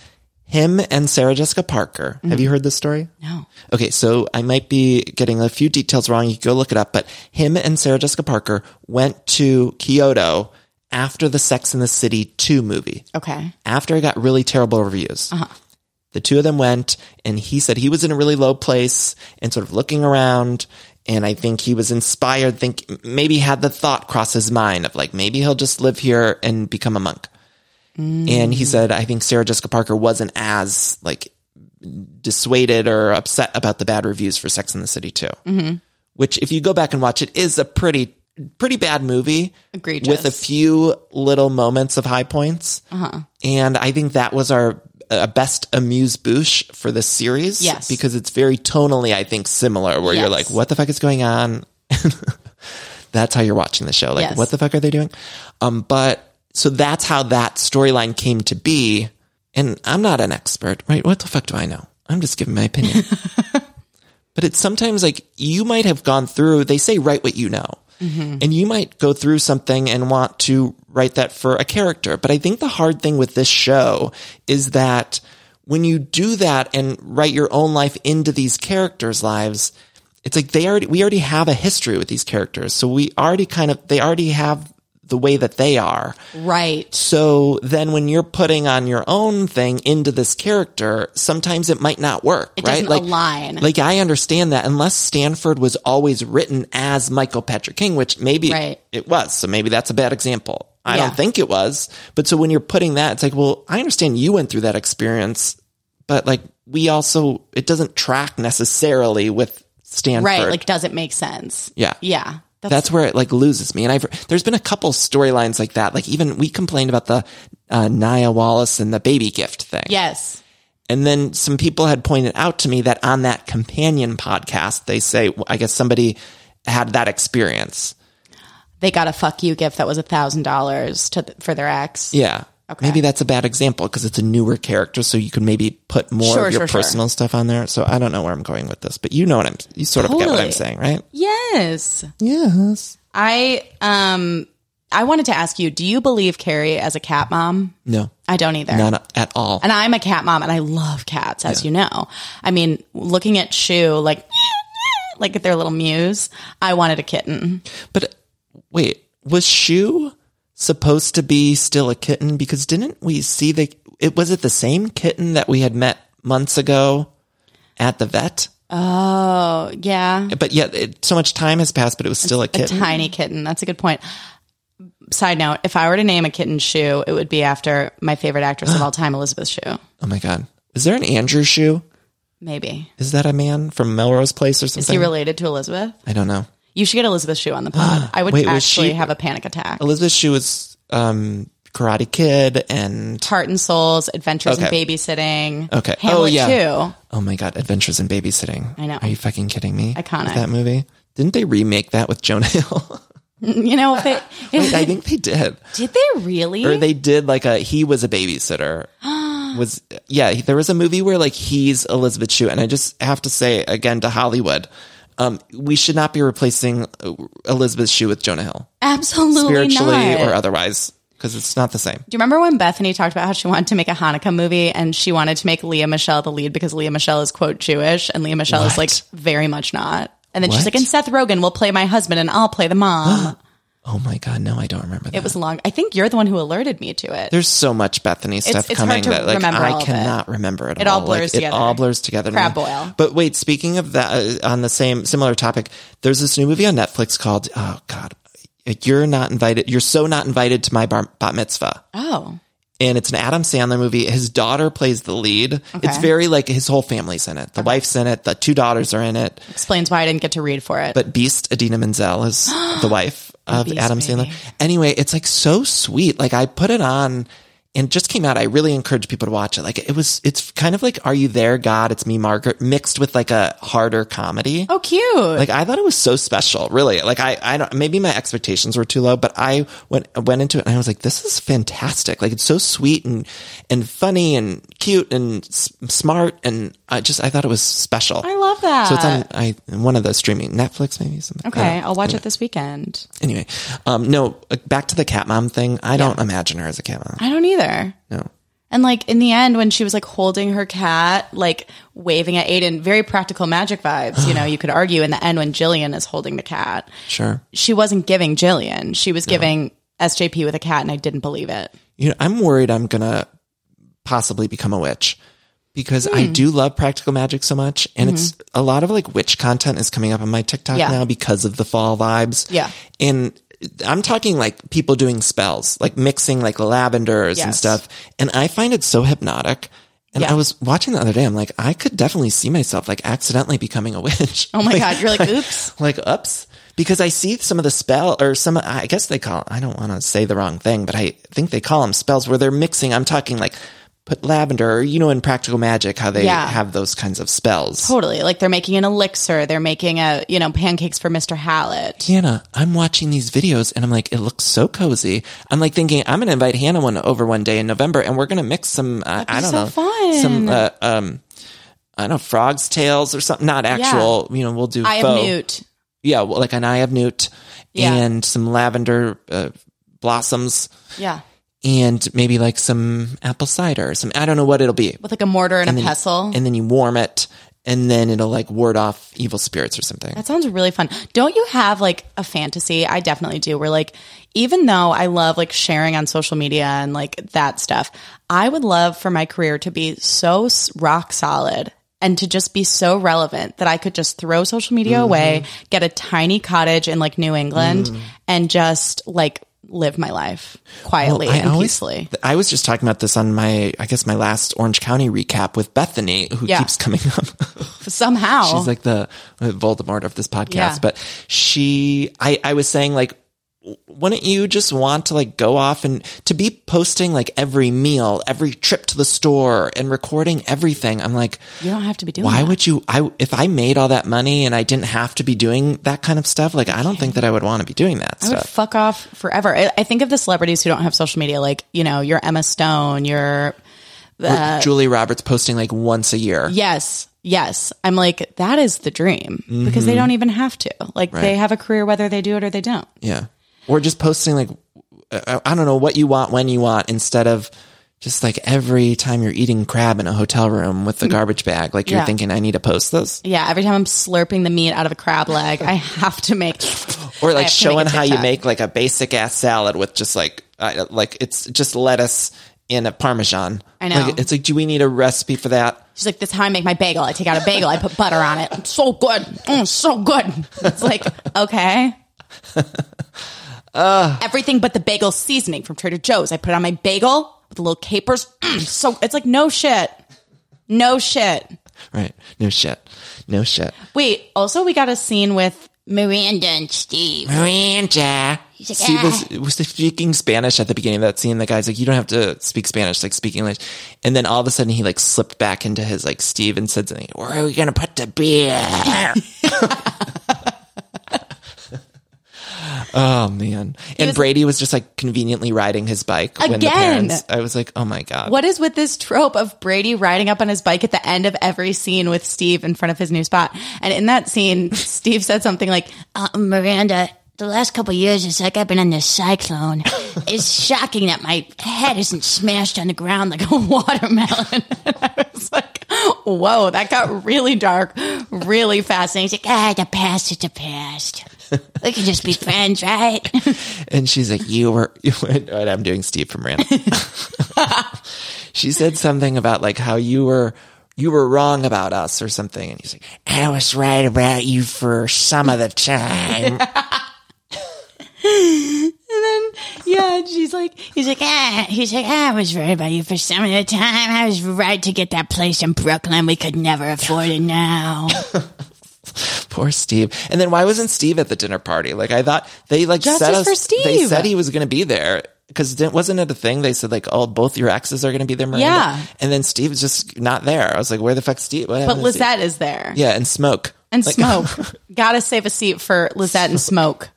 Speaker 4: him and sarah jessica parker have you heard this story
Speaker 5: No.
Speaker 4: okay so i might be getting a few details wrong you can go look it up but him and sarah jessica parker went to kyoto after the sex and the city 2 movie
Speaker 5: Okay.
Speaker 4: after it got really terrible reviews. The two of them went, and he said he was in a really low place and sort of looking around. And I think he was inspired, think maybe had the thought cross his mind of like, maybe he'll just live here and become a monk. And he said, I think Sarah Jessica Parker wasn't as like dissuaded or upset about the bad reviews for Sex in the City too. Mm-hmm. Which, if you go back and watch it, is a pretty pretty bad movie.
Speaker 5: Egregious.
Speaker 4: With a few little moments of high points.
Speaker 5: Uh-huh.
Speaker 4: And I think that was our uh, best amuse bouche for this series.
Speaker 5: Yes.
Speaker 4: Because it's very tonally, I think, similar, where you're like,
Speaker 5: Yes.
Speaker 4: what the fuck is going on? that's how you're watching the show. Like,
Speaker 5: Yes.
Speaker 4: what the fuck are they doing? Um, but so that's how that storyline came to be. And I'm not an expert, right? What the fuck do I know? I'm just giving my opinion. but it's sometimes like you might have gone through, they say, write what you know.
Speaker 5: Mm-hmm.
Speaker 4: And you might go through something and want to write that for a character. But I think the hard thing with this show is that when you do that and write your own life into these characters' lives, it's like they already we already have a history with these characters. So we already kind of they already have the way that they are.
Speaker 5: Right.
Speaker 4: So then when you're putting on your own thing into this character, sometimes it might not work,
Speaker 5: It
Speaker 4: right?
Speaker 5: doesn't align.
Speaker 4: Like I understand that unless Stanford was always written as Michael Patrick King, which maybe
Speaker 5: Right.
Speaker 4: it was. So maybe that's a bad example. I
Speaker 5: Yeah.
Speaker 4: don't think it was. But so when you're putting that, it's like, well, I understand you went through that experience, but like we also it doesn't track necessarily with Stanford.
Speaker 5: Right. Like doesn't make sense.
Speaker 4: yeah.
Speaker 5: Yeah. That's,
Speaker 4: That's, where it like loses me. And I've, there's been a couple storylines like that. Like even we complained about the uh, Nia Wallace and the baby gift thing.
Speaker 5: yes.
Speaker 4: And then some people had pointed out to me that on that companion podcast, they say, well, I guess somebody had that experience.
Speaker 5: They got a fuck you gift that was a thousand dollars to th- for their ex.
Speaker 4: Yeah. Maybe that's a bad example because it's a newer character. So you can maybe put more
Speaker 5: Sure,
Speaker 4: of your
Speaker 5: sure, sure.
Speaker 4: personal stuff on there. So I don't know where I'm going with this, but you know what I'm, you sort of get what I'm
Speaker 5: Totally.
Speaker 4: saying, right?
Speaker 5: Yes.
Speaker 4: Yes.
Speaker 5: I um I wanted to ask you, do you believe Carrie as a cat mom?
Speaker 4: No,
Speaker 5: I don't either.
Speaker 4: not at all.
Speaker 5: And I'm a cat mom and I love cats, as you know. I mean, looking at Shu, like, like at their little mews, I wanted a kitten.
Speaker 4: But uh, wait, was Shu supposed to be still a kitten? Because didn't we see the? It was it the same kitten that we had met months ago at the vet.
Speaker 5: Oh, yeah.
Speaker 4: But yet, it, so much time has passed, but it was still a kitten.
Speaker 5: Tiny kitten. That's a good point. Side note, if I were to name a kitten Shu, it would be after my favorite actress of all time, Elizabeth Shue.
Speaker 4: oh my god! Is there an Andrew Shu?
Speaker 5: Maybe.
Speaker 4: Is that a man from Melrose Place or something?
Speaker 5: Is he related to Elizabeth?
Speaker 4: I don't know.
Speaker 5: You should get Elizabeth Shue on the pod. I would
Speaker 4: Wait, was
Speaker 5: actually
Speaker 4: she-
Speaker 5: have a panic attack.
Speaker 4: Elizabeth Shue was um, Karate Kid and
Speaker 5: Heart and Souls, Adventures
Speaker 4: Okay.
Speaker 5: in Babysitting.
Speaker 4: Okay.
Speaker 5: Hamlet
Speaker 4: oh yeah.
Speaker 5: too.
Speaker 4: Oh my god, Adventures in Babysitting.
Speaker 5: I know.
Speaker 4: Are you fucking kidding me?
Speaker 5: Iconic.
Speaker 4: That movie. Didn't they remake that with Jonah Hill?
Speaker 5: You know, if it,
Speaker 4: Wait, I think they did.
Speaker 5: did they really?
Speaker 4: Or they did like a he was a babysitter. Was yeah, there was a movie where like he's Elizabeth Shue and I just have to say again to Hollywood, um we should not be replacing uh, Elizabeth Shue with Jonah Hill
Speaker 5: Absolutely
Speaker 4: spiritually
Speaker 5: not.
Speaker 4: or otherwise because it's not the same.
Speaker 5: Do you remember when Bethany talked about how she wanted to make a Hanukkah movie and she wanted to make Leah Michelle the lead because Leah Michelle is quote Jewish and Leah Michelle is
Speaker 4: What?
Speaker 5: like very much not. And then she's
Speaker 4: What?
Speaker 5: like, and Seth Rogen will play my husband and I'll play the mom.
Speaker 4: Oh my God. No, I don't remember that.
Speaker 5: it was long. I think you're the one who alerted me to it.
Speaker 4: There's so much Bethany stuff
Speaker 5: it's hard
Speaker 4: coming
Speaker 5: to
Speaker 4: that like
Speaker 5: remember all
Speaker 4: I
Speaker 5: of it.
Speaker 4: cannot remember it.
Speaker 5: It all
Speaker 4: Like,
Speaker 5: blurs
Speaker 4: It
Speaker 5: together.
Speaker 4: all blurs together. to
Speaker 5: Crab
Speaker 4: me.
Speaker 5: boil.
Speaker 4: But wait, speaking of that, uh, on the same similar topic, there's this new movie on Netflix called Oh God, you're not invited. You're so not invited to my bar, bat mitzvah.
Speaker 5: oh,
Speaker 4: And it's an Adam Sandler movie. His daughter plays the lead. It's very like his whole family's in it. The wife's in it. The two daughters are in it.
Speaker 5: explains why I didn't get to read for it.
Speaker 4: But Beast Adina Menzel is the wife of
Speaker 5: Beast
Speaker 4: Adam
Speaker 5: baby.
Speaker 4: Sandler. Anyway, it's like so sweet. Like I put it on and it just came out. I really encourage people to watch it. Like it was, it's kind of like Are You There, God? It's Me, Margaret, mixed with like a harder comedy.
Speaker 5: oh, cute.
Speaker 4: Like I thought it was so special, really. Like I, I don't. Maybe my expectations were too low, but I went went into it and I was like, "This is fantastic! Like it's so sweet and and funny and cute and s- smart and I just I thought it was special.
Speaker 5: I love that.
Speaker 4: So it's on I one of the streaming Netflix maybe something.
Speaker 5: okay,
Speaker 4: Uh,
Speaker 5: I'll watch it this weekend.
Speaker 4: anyway, um, no, uh, back to the cat mom thing. I don't imagine her as a cat mom.
Speaker 5: I don't either.
Speaker 4: No.
Speaker 5: And like in the end, when she was like holding her cat, like waving at Aiden, very practical magic vibes. You know, you could argue in the end when Jillian is holding the cat,
Speaker 4: Sure.
Speaker 5: she wasn't giving Jillian. She was giving SJP with a cat, and I didn't believe it.
Speaker 4: you know, I'm worried I'm gonna possibly become a witch because I
Speaker 5: Hmm.
Speaker 4: do love practical magic so much, and it's a lot of like witch content is coming up on my TikTok
Speaker 5: Mm-hmm. Yeah.
Speaker 4: now because of the fall vibes.
Speaker 5: Yeah.
Speaker 4: and I'm talking like people doing spells, like mixing like lavenders and
Speaker 5: Yes.
Speaker 4: stuff, and I find it so hypnotic. And
Speaker 5: Yeah.
Speaker 4: I was watching the other day. I'm like, I could definitely see myself like accidentally becoming a witch.
Speaker 5: Oh my God. You're like, oops.
Speaker 4: like oops because i see some of the spell or some i guess they call i don't want to say the wrong thing but i think they call them spells where they're mixing i'm talking like put lavender or you know in practical magic how they
Speaker 5: Yeah.
Speaker 4: have those kinds of spells
Speaker 5: Totally. Like they're making an elixir. They're making a, you know, pancakes for Mr. Hallett.
Speaker 4: Hannah, I'm watching these videos and I'm like, it looks so cozy. I'm like thinking, I'm going to invite Hannah one over one day in November and we're going to mix some, uh, I don't
Speaker 5: so
Speaker 4: know,
Speaker 5: fun.
Speaker 4: some, uh, um, I don't know, frogs tails or something, not actual, you know, we'll do
Speaker 5: I am
Speaker 4: faux.
Speaker 5: Newt.
Speaker 4: yeah, well, like an eye of newt
Speaker 5: Yeah.
Speaker 4: and some lavender uh, blossoms
Speaker 5: Yeah.
Speaker 4: and maybe like some apple cider or some I don't know what it'll be.
Speaker 5: With like a mortar and, a pestle.
Speaker 4: And then you warm it and then it'll like ward off evil spirits or something.
Speaker 5: That sounds really fun. Don't you have like a fantasy? I definitely do. Where like, even though I love like sharing on social media and like that stuff, I would love for my career to be so s- rock solid and to just be so relevant that I could just throw social media
Speaker 4: Mm-hmm.
Speaker 5: away, get a tiny cottage in like New England,
Speaker 4: Mm.
Speaker 5: and just like live my life quietly
Speaker 4: I
Speaker 5: and
Speaker 4: always-
Speaker 5: peacefully.
Speaker 4: I was just talking about this on my I guess my last Orange County recap with Bethany who
Speaker 5: Yeah.
Speaker 4: keeps coming up.
Speaker 5: Somehow,
Speaker 4: She's like the uh, Voldemort of this podcast.
Speaker 5: Oh. Yeah.
Speaker 4: But she, I, I was saying like, w- wouldn't you just want to like go off and to be posting like every meal, every trip to the store and recording everything? I'm like,
Speaker 5: you don't have to be doing.
Speaker 4: why
Speaker 5: that.
Speaker 4: would you? I, if I made all that money and I didn't have to be doing that kind of stuff, like, I don't think that I would want to be doing that
Speaker 5: I would
Speaker 4: stuff.
Speaker 5: fuck off forever. I, I think of the celebrities who don't have social media, like you know, your Emma Stone, your uh,
Speaker 4: Julie Roberts posting like once a year.
Speaker 5: yes, yes. I'm like that is the dream because they don't even have to. Like they have a career whether they do it or they don't.
Speaker 4: Yeah. Or just posting like, uh, I don't know what you want when you want instead of just like every time you're eating crab in a hotel room with the garbage bag, like you're
Speaker 5: Mm-hmm. Yeah.
Speaker 4: thinking, I need to post this.
Speaker 5: Yeah, every time I'm slurping the meat out of a crab leg, I have to
Speaker 4: Or
Speaker 5: make. I
Speaker 4: like
Speaker 5: have to make a
Speaker 4: showing how you
Speaker 5: TikTok.
Speaker 4: make like a basic ass salad with just like, uh, like it's just lettuce in a parmesan.
Speaker 5: I know.
Speaker 4: Like, it's like, do we need a recipe for that?
Speaker 5: She's like, "This is how I make my bagel. I take out a bagel, I put butter on it. It's so good, Mm, so good." It's like, okay. Everything but the bagel seasoning from Trader Joe's. I put it on my bagel with a little capers. Mm, so it's like, no shit, no shit.
Speaker 4: Right. No shit. No shit.
Speaker 5: Wait. Also, we got a scene with Miranda and Steve.
Speaker 4: Miranda. See, this
Speaker 5: "Ah."
Speaker 4: was the speaking Spanish at the beginning of that scene. The guy's like, "You don't have to speak Spanish, like speak English." And then all of a sudden, he like slipped back into his like Steve and said something. Where are we gonna put the beer? oh man! And
Speaker 5: was-
Speaker 4: Brady was just like conveniently riding his bike when the
Speaker 5: Again.
Speaker 4: parents. I was like, "Oh my god!"
Speaker 5: What is with this trope of Brady riding up on his bike at the end of every scene with Steve in front of his new spot? And in that scene, Steve said something like,
Speaker 6: uh, Miranda, the last couple years it's like I've been in this cyclone. it's shocking that my head isn't smashed on the ground like a watermelon.
Speaker 5: It's like, Whoa, that got really dark really fast. And
Speaker 6: He's like, ah, the past is the past. We can just be friends, right?
Speaker 4: And she's like, you were, you went, and I'm doing Steve from Random. she said something about like how you were, you were wrong about us or something. And he's like, I was right about you for some of the time.
Speaker 5: yeah, and she's like,
Speaker 6: He's like, ah, he's like, ah, I was right about you for some of the time. I was right to get that place in Brooklyn. We could never afford it now.
Speaker 4: Poor Steve. And then why wasn't Steve at the dinner party? Like I thought they like
Speaker 5: Justice
Speaker 4: said us,
Speaker 5: for Steve.
Speaker 4: they said he was going to be there. Cause didn't- wasn't it a thing? They said like, oh, both your exes are going to be there. Miranda.
Speaker 5: Yeah.
Speaker 4: And then Steve's just not there. I was like, where the fuck's Steve? What
Speaker 5: but
Speaker 4: happened to Steve?
Speaker 5: Lizette is there.
Speaker 4: Yeah. And smoke.
Speaker 5: And
Speaker 4: Like,
Speaker 5: smoke. Gotta save a seat for Lizette and smoke.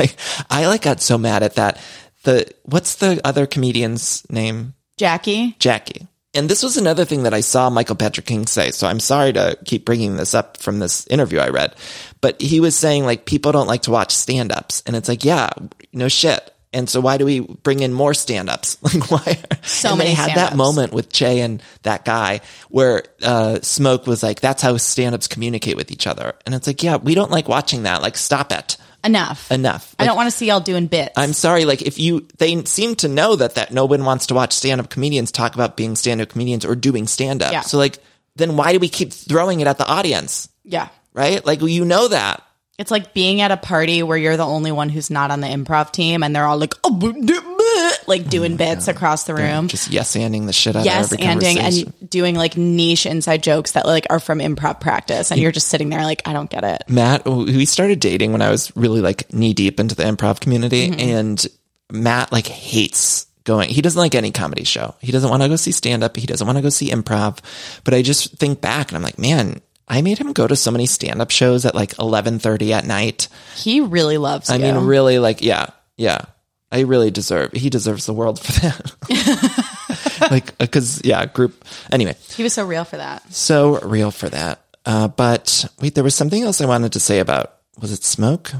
Speaker 4: I, I like got so mad at that. The what's the other comedian's name?
Speaker 5: Jackie.
Speaker 4: Jackie. And this was another thing that I saw Michael Patrick King say. So I'm sorry to keep bringing this up from this interview I read, but he was saying like people don't like to watch stand ups. And it's like, yeah, no shit. And so why do we bring in more stand ups? Like why? So and
Speaker 5: many
Speaker 4: they had that
Speaker 5: stand-ups.
Speaker 4: moment with Jay and that guy where uh, Smoke was like, that's how stand ups communicate with each other. And it's like, yeah, we don't like watching that. Like stop it.
Speaker 5: Enough.
Speaker 4: Enough.
Speaker 5: I
Speaker 4: Like,
Speaker 5: don't want to see y'all doing bits.
Speaker 4: I'm sorry, like if you, they seem to know that that no one wants to watch stand up comedians talk about being stand up comedians or doing stand up.
Speaker 5: Yeah.
Speaker 4: So like, then why do we keep throwing it at the audience?
Speaker 5: yeah.
Speaker 4: Right? Like you know that.
Speaker 5: It's like being at a party where you're the only one who's not on the improv team and they're all like, "Oh, bleh, bleh, bleh,"
Speaker 4: Oh
Speaker 5: like doing bits across the room.
Speaker 4: Just yes anding the shit out
Speaker 5: Um, yes,
Speaker 4: of every
Speaker 5: anding
Speaker 4: conversation.
Speaker 5: and doing like niche inside jokes that like are from improv practice. And you're just sitting there like, I don't get it.
Speaker 4: Matt, we started dating when I was really like knee deep into the improv community and Matt like hates going. He doesn't like any comedy show. He doesn't want to go see stand up. He doesn't want to go see improv. But I just think back and I'm like, man, I made him go to so many stand up shows at like 1130 at night.
Speaker 5: He really loves
Speaker 4: I
Speaker 5: you.
Speaker 4: mean, really like, yeah, yeah. I really deserve, he deserves the world for that. like, uh, cause yeah, group. Anyway,
Speaker 5: he was so real for that.
Speaker 4: so real for that. Uh, but wait, there was something else I wanted to say about. Was it smoke?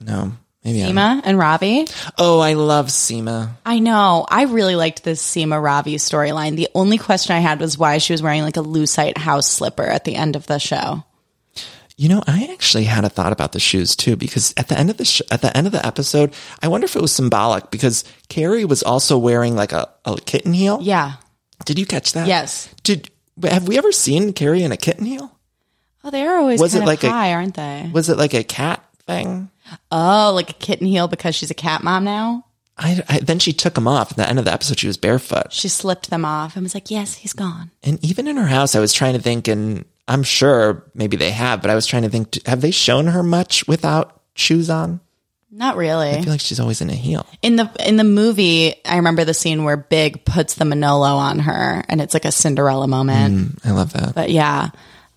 Speaker 4: No, maybe. I'm-
Speaker 5: Seema and Ravi.
Speaker 4: oh, I love Seema.
Speaker 5: I know. I really liked this Seema Ravi storyline. The only question I had was why she was wearing like a lucite house slipper at the end of the show.
Speaker 4: You know, I actually had a thought about the shoes too, because at the end of the sh- at the end of the episode, I wonder if it was symbolic because Carrie was also wearing like a, a kitten heel.
Speaker 5: Yeah.
Speaker 4: Did you catch that?
Speaker 5: Yes.
Speaker 4: Did have we ever seen Carrie in a kitten heel?
Speaker 5: Oh, they're always
Speaker 4: Was it
Speaker 5: kind of
Speaker 4: like a-
Speaker 5: high, aren't they?
Speaker 4: Was it like a cat thing?
Speaker 5: Oh, like a kitten heel because she's a cat mom now.
Speaker 4: I, I then she took them off at the end of the episode. She was barefoot.
Speaker 5: She slipped them off and was like, "Yes, he's gone."
Speaker 4: And even in her house, I was trying to think, and I'm sure maybe they have, but I was trying to think, have they shown her much without shoes on?
Speaker 5: Not
Speaker 4: I
Speaker 5: really.
Speaker 4: feel like she's always in a heel.
Speaker 5: In the in the movie, I remember the scene where Big puts the Manolo on her, and it's like a Cinderella moment.
Speaker 4: I love that.
Speaker 5: But yeah,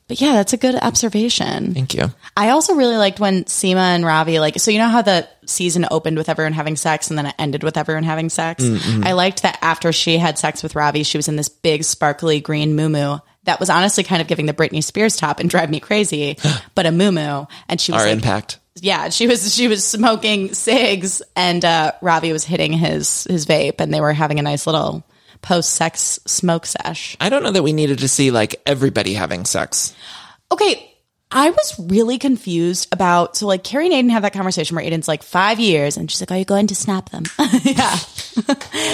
Speaker 5: but yeah, that's a good observation.
Speaker 4: Thank you.
Speaker 5: I also really liked when Seema and Ravi like so you know how the season opened with everyone having sex and then it ended with everyone having sex. I liked that after she had sex with Ravi, she was in this big sparkly green muumuu that was honestly kind of giving the Britney Spears top and drive me crazy, but a muumuu and she was
Speaker 4: Our
Speaker 5: like,
Speaker 4: impact.
Speaker 5: yeah, she was she was smoking cigs and uh, Ravi was hitting his his vape and they were having a nice little post sex smoke sesh.
Speaker 4: I don't know that we needed to see like everybody having sex.
Speaker 5: Okay. I was really confused about so like Carrie and Aiden have that conversation where Aiden's like five years and she's like, Are you going to snap them? yeah.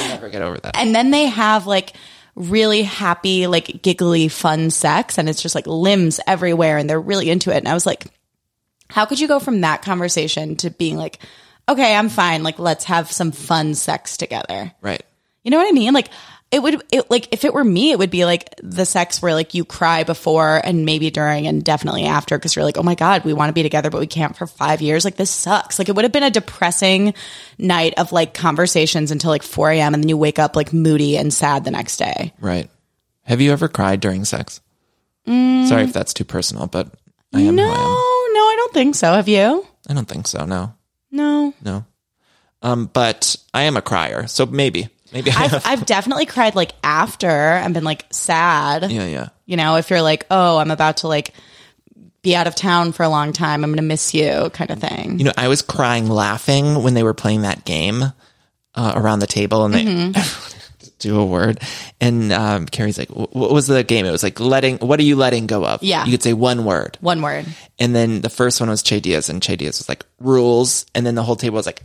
Speaker 4: Never get over that.
Speaker 5: And then they have like really happy, like giggly, fun sex and it's just like limbs everywhere and they're really into it. And I was like, How could you go from that conversation to being like, Okay, I'm fine, like let's have some fun sex together?
Speaker 4: Right.
Speaker 5: You know what I mean? Like it would it like if it were me, it would be like the sex where like you cry before and maybe during and definitely after because you're like, oh my god, we want to be together, but we can't for five years. Like this sucks. Like it would have been a depressing night of like conversations until like four a.m. and then you wake up like moody and sad the next day.
Speaker 4: Right. Have you ever cried during sex? Sorry if that's too personal, but I am
Speaker 5: No,
Speaker 4: who
Speaker 5: Mm.
Speaker 4: I
Speaker 5: no,
Speaker 4: am.
Speaker 5: I don't think so. Have you?
Speaker 4: I don't think so. No,
Speaker 5: No.
Speaker 4: no. Um, but I am a crier, so maybe, maybe I have.
Speaker 5: I've, I've definitely cried like after and been like sad.
Speaker 4: yeah, yeah.
Speaker 5: You know, if you're like, oh, I'm about to like be out of town for a long time, I'm going to miss you kind of thing.
Speaker 4: You know, I was crying laughing when they were playing that game uh, around the table, and they do a word. And um, Carrie's like, "Wh- what was the game? It was like letting, what are you letting go of?
Speaker 5: Yeah.
Speaker 4: You could say one word.
Speaker 5: One word.
Speaker 4: And then the first one was Che Diaz, and Che Diaz was like, rules. And then the whole table was like,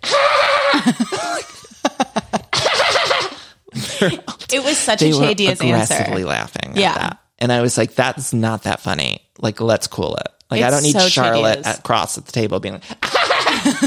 Speaker 5: It was such
Speaker 4: they
Speaker 5: a
Speaker 4: were
Speaker 5: shady
Speaker 4: aggressively
Speaker 5: answer.
Speaker 4: laughing
Speaker 5: Yeah.
Speaker 4: at that. And I was like, that's not that funny. Like, let's cool it. Like, I
Speaker 5: It's
Speaker 4: don't need
Speaker 5: so Che
Speaker 4: Charlotte
Speaker 5: Diaz.
Speaker 4: at cross at the table being like,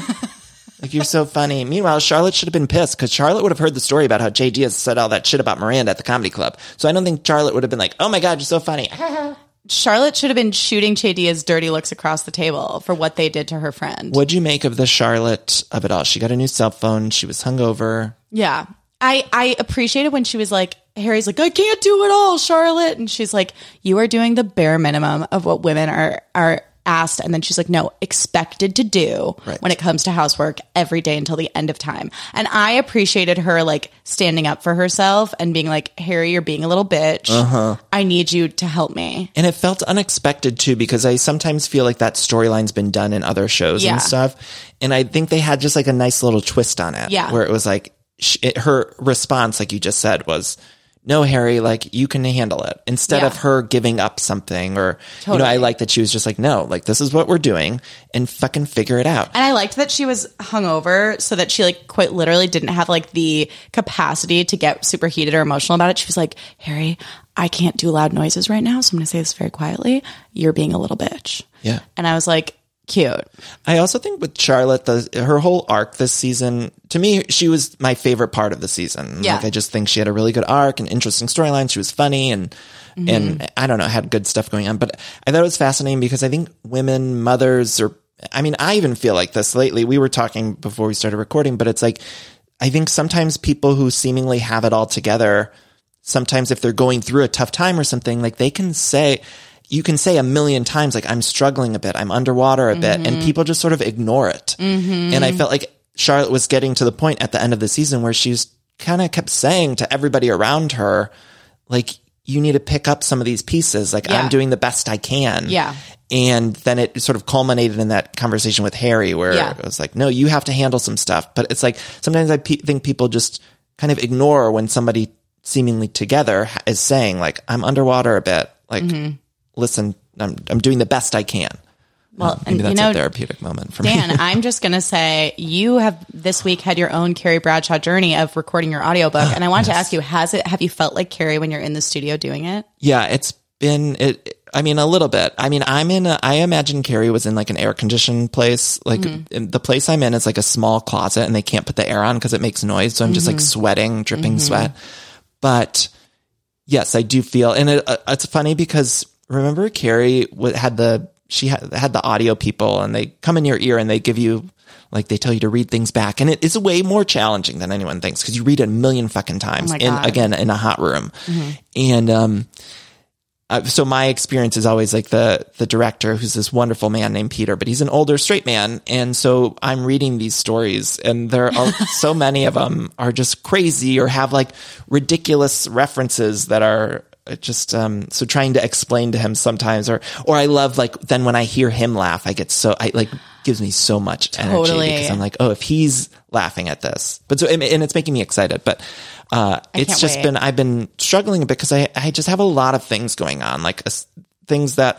Speaker 4: like, you're so funny. Meanwhile, Charlotte should have been pissed because Charlotte would have heard the story about how Jay Diaz said all that shit about Miranda at the comedy club. So I don't think Charlotte would have been like, oh my God, you're so funny.
Speaker 5: Charlotte should have been shooting Chadia's dirty looks across the table for what they did to her friend.
Speaker 4: What'd you make of the Charlotte of it all? She got a new cell phone. She was hungover.
Speaker 5: Yeah. I, I appreciated when she was like, Harry's like, I can't do it all, Charlotte. And she's like, You are doing the bare minimum of what women are are asked. And then she's like, No, expected to do
Speaker 4: Right.
Speaker 5: when it comes to housework every day until the end of time. And I appreciated her like standing up for herself and being like, Harry, you're being a little bitch.
Speaker 4: Uh-huh.
Speaker 5: I need you to help me.
Speaker 4: And it felt unexpected too, because I sometimes feel like that storyline's been done in other shows
Speaker 5: Yeah.
Speaker 4: and stuff. And I think they had just like a nice little twist on it.
Speaker 5: Yeah.
Speaker 4: Where it was like, sh it, her response, like you just said, was, no, Harry, like you can handle it. Instead of
Speaker 5: Yeah.
Speaker 4: her giving up something or, you know, I like that she was just like, no, like this is what we're doing and fucking figure it out.
Speaker 5: And I liked that she was hungover so that she like quite literally didn't have like the capacity to get super heated or emotional about it. She was like, Harry, I can't do loud noises right now, so I'm gonna say this very quietly. You're being a little bitch.
Speaker 4: Yeah.
Speaker 5: And I was like, cute.
Speaker 4: I also think with Charlotte, the her whole arc this season, to me, she was my favorite part of the season.
Speaker 5: Yeah.
Speaker 4: Like I just think she had a really good arc and interesting storyline. She was funny and and I don't know, had good stuff going on. But I thought it was fascinating because I think women, mothers, or I mean, I even feel like this lately. We were talking before we started recording, but it's like I think sometimes people who seemingly have it all together sometimes if they're going through a tough time or something, like they can say, you can say a million times, like, I'm struggling a bit, I'm underwater a bit,
Speaker 5: Mm-hmm.
Speaker 4: and people just sort of ignore it. And I felt like Charlotte was getting to the point at the end of the season where she's kind of kept saying to everybody around her, like, you need to pick up some of these pieces. Like,
Speaker 5: Yeah.
Speaker 4: I'm doing the best I can.
Speaker 5: Yeah.
Speaker 4: And then it sort of culminated in that conversation with Harry where
Speaker 5: Yeah.
Speaker 4: it was like, no, you have to handle some stuff. But it's like sometimes I pe- think people just kind of ignore when somebody seemingly together ha- is saying like, I'm underwater a bit. Like,
Speaker 5: Mm-hmm.
Speaker 4: listen, I'm, I'm doing the best I can.
Speaker 5: Well,
Speaker 4: Maybe
Speaker 5: and you
Speaker 4: that's
Speaker 5: know,
Speaker 4: a therapeutic moment for me.
Speaker 5: Dan, I'm just gonna say you have this week had your own Carrie Bradshaw journey of recording your audiobook.
Speaker 4: Ah,
Speaker 5: and I wanted to ask you, has it have you felt like Carrie when you're in the studio doing it?
Speaker 4: Yeah, it's been it. I mean, a little bit. I mean, I'm in. A, I imagine Carrie was in like an air conditioned place. Like
Speaker 5: Mm-hmm.
Speaker 4: in- the place I'm in is like a small closet, and they can't put the air on because it makes noise. So I'm just like
Speaker 5: Mm-hmm.
Speaker 4: sweating, dripping sweat. But yes, I do feel, and it, uh, it's funny because remember Carrie wa- had the she had, had the audio people, and they come in your ear and they give you like they tell you to read things back, and it is way more challenging than anyone thinks because you read it a million fucking times,
Speaker 5: Oh my
Speaker 4: and
Speaker 5: God. Mm-hmm.
Speaker 4: again in a hot room, and um. Uh, so my experience is always like the the director who's this wonderful man named Peter, but he's an older straight man, and so I'm reading these stories, and there are so many of them are just crazy or have like ridiculous references that are uh, just um so trying to explain to him sometimes or or I love like then when I hear him laugh I get so I like gives me so much energy
Speaker 5: Totally.
Speaker 4: because I'm like oh if he's laughing at this but so and and it's making me excited but uh it's
Speaker 5: can't
Speaker 4: just
Speaker 5: wait.
Speaker 4: been I've been struggling a bit because I I just have a lot of things going on, like uh, things that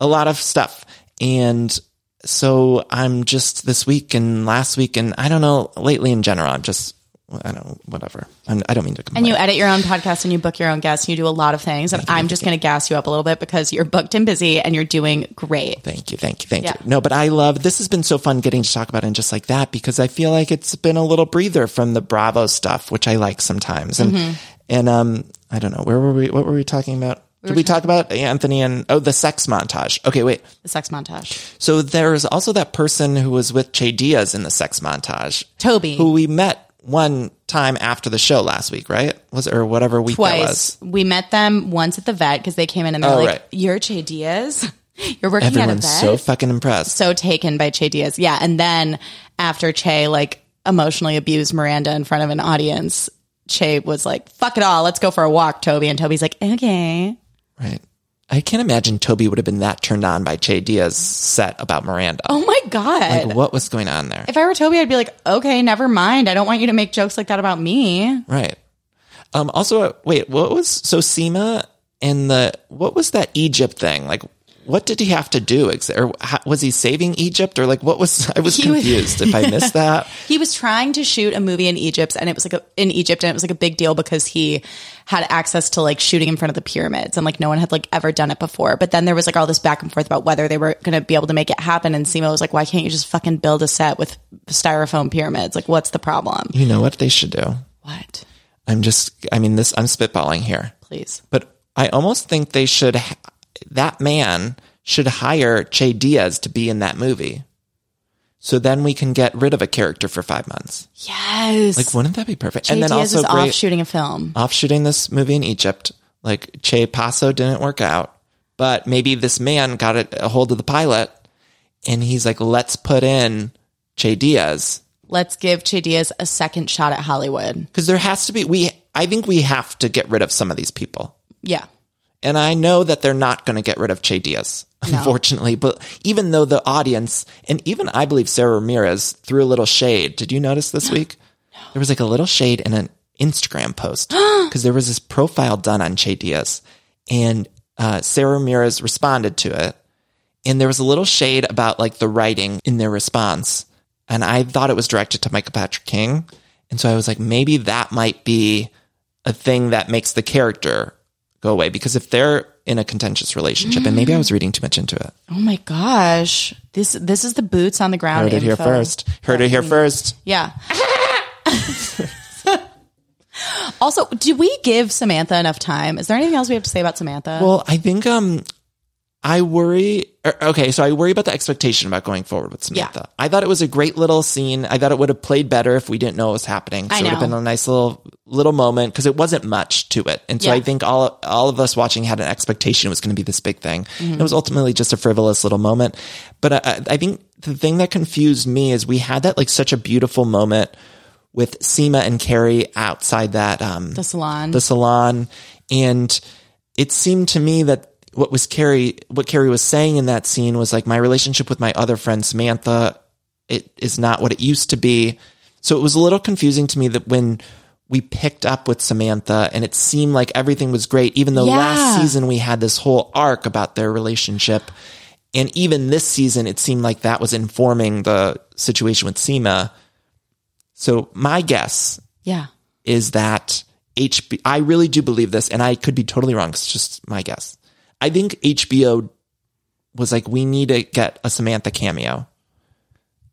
Speaker 4: a lot of stuff, and so I'm just this week and last week and I don't know lately in general. I'm just I don't whatever. I'm, I don't mean to complain.
Speaker 5: And you edit your own podcast and you book your own guests and you do a lot of things. And I'm just going to gas you up a little bit because you're booked and busy and you're doing great.
Speaker 4: Thank you, thank you, thank
Speaker 5: Yeah.
Speaker 4: you. No, but I love this has been so fun getting to talk about it and just like that because I feel like it's been a little breather from the Bravo stuff, which I like sometimes. And
Speaker 5: Mm-hmm.
Speaker 4: and um I don't know, where were we what were we talking about? Did we talk about Anthony and oh the sex montage. Okay, wait.
Speaker 5: The sex montage.
Speaker 4: So there's also that person who was with Che Diaz in the sex montage.
Speaker 5: Toby.
Speaker 4: Who we met one time after the show last week, right? Was or whatever week that was.
Speaker 5: Twice. We met them once at the vet because they came in and they're
Speaker 4: Oh,
Speaker 5: like,
Speaker 4: right.
Speaker 5: You're Che Diaz. You're working at a
Speaker 4: Everyone's
Speaker 5: vet.
Speaker 4: so fucking impressed.
Speaker 5: so taken by Che Diaz. Yeah. And then after Che like emotionally abused Miranda in front of an audience, Che was like, Fuck it all. Let's go for a walk, Toby. And Toby's like, Okay.
Speaker 4: Right. I can't imagine Toby would have been that turned on by Che Diaz's set about Miranda.
Speaker 5: Oh my God.
Speaker 4: Like, what was going on there?
Speaker 5: if I were Toby, I'd be like, Okay, never mind. I don't want you to make jokes like that about me.
Speaker 4: right. Um, also, uh, wait, what was so Seema and the what was that Egypt thing? Like, what did he have to do? Ex- Or how, was he saving Egypt? Or like, what was I was
Speaker 5: He was-
Speaker 4: confused if I missed that.
Speaker 5: He was trying to shoot a movie in Egypt and it was like a, in Egypt and it was like a big deal because he had access to like shooting in front of the pyramids and like no one had like ever done it before. But then there was like all this back and forth about whether they were going to be able to make it happen and Simo was like why can't you just fucking build a set with styrofoam pyramids? Like what's the problem?
Speaker 4: You know what they should do?
Speaker 5: What?
Speaker 4: I'm just, I mean, this I'm spitballing here,
Speaker 5: Please.
Speaker 4: but I almost think they should. h- That man should hire Che Diaz to be in that movie. So then we can get rid of a character for five months.
Speaker 5: Yes.
Speaker 4: Like, wouldn't that be perfect?
Speaker 5: Jay
Speaker 4: and then
Speaker 5: Diaz
Speaker 4: also
Speaker 5: is
Speaker 4: great,
Speaker 5: off shooting a film.
Speaker 4: off shooting this movie in Egypt. Like Che Paso didn't work out, but maybe this man got a, a hold of the pilot and he's like, let's put in Che Diaz.
Speaker 5: Let's give Che Diaz a second shot at Hollywood.
Speaker 4: Cause there has to be, we, I think we have to get rid of some of these people.
Speaker 5: Yeah.
Speaker 4: And I know that they're not going to get rid of Che Diaz, unfortunately, but even though the audience and even I believe Sarah Ramirez threw a little shade. Did you notice this week? There was like a little shade in an Instagram post because there was this profile done on Che Diaz and uh, Sarah Ramirez responded to it. And there was a little shade about like the writing in their response. And I thought it was directed to Michael Patrick King. And so I was like, maybe that might be a thing that makes the character go away because if they're in a contentious relationship, and maybe I was reading too much into it.
Speaker 5: Oh my gosh. This this is the boots on the ground.
Speaker 4: Heard it here
Speaker 5: info.
Speaker 4: first. Heard it here first.
Speaker 5: Yeah. also, did we give Samantha enough time? Is there anything else we have to say about Samantha?
Speaker 4: Well, I think um, I worry. er, Okay, so I worry about the expectation about going forward with Samantha. I thought it was a great little scene. I thought it would have played better if we didn't know what was happening. So
Speaker 5: I
Speaker 4: it would have
Speaker 5: know.
Speaker 4: been a nice little little moment because it wasn't much to it. And so
Speaker 5: Yeah.
Speaker 4: I think all all of us watching had an expectation it was going to be this big thing.
Speaker 5: Mm-hmm.
Speaker 4: It was ultimately just a frivolous little moment. But I, I- I think the thing that confused me is we had that like such a beautiful moment with Seema and Carrie outside that um
Speaker 5: the salon.
Speaker 4: the salon and it seemed to me that what was Carrie what Carrie was saying in that scene was like my relationship with my other friend Samantha it is not what it used to be so it was a little confusing to me that when we picked up with Samantha and it seemed like everything was great even though last
Speaker 5: Yeah.
Speaker 4: season we had this whole arc about their relationship and even this season it seemed like that was informing the situation with Seema so my guess
Speaker 5: yeah.
Speaker 4: is that HB I really do believe this, and I could be totally wrong. It's just my guess. I think HBO was like, we need to get a Samantha cameo.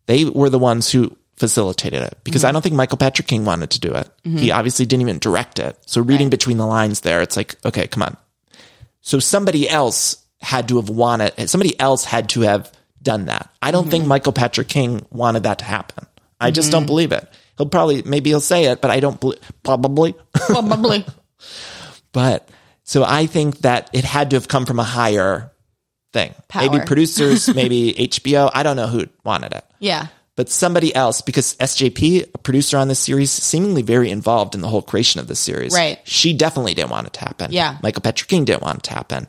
Speaker 4: They were the ones who facilitated it because I don't think Michael Patrick King wanted to do it. He obviously didn't even direct it. So reading between the lines there, it's like, okay, come on. So somebody else had to have wanted somebody else had to have done that. I don't think Michael Patrick King wanted that to happen. I just don't believe it. He'll probably maybe he'll say it, but I don't believe probably.
Speaker 5: Probably.
Speaker 4: But so I think that it had to have come from a higher thing. Maybe
Speaker 5: Power.
Speaker 4: producers, maybe HBO. I don't know who wanted it.
Speaker 5: yeah.
Speaker 4: But somebody else, because SJP, a producer on this series, seemingly very involved in the whole creation of this series.
Speaker 5: Right.
Speaker 4: She definitely didn't want it to happen.
Speaker 5: Yeah.
Speaker 4: Michael Patrick King didn't want it to happen.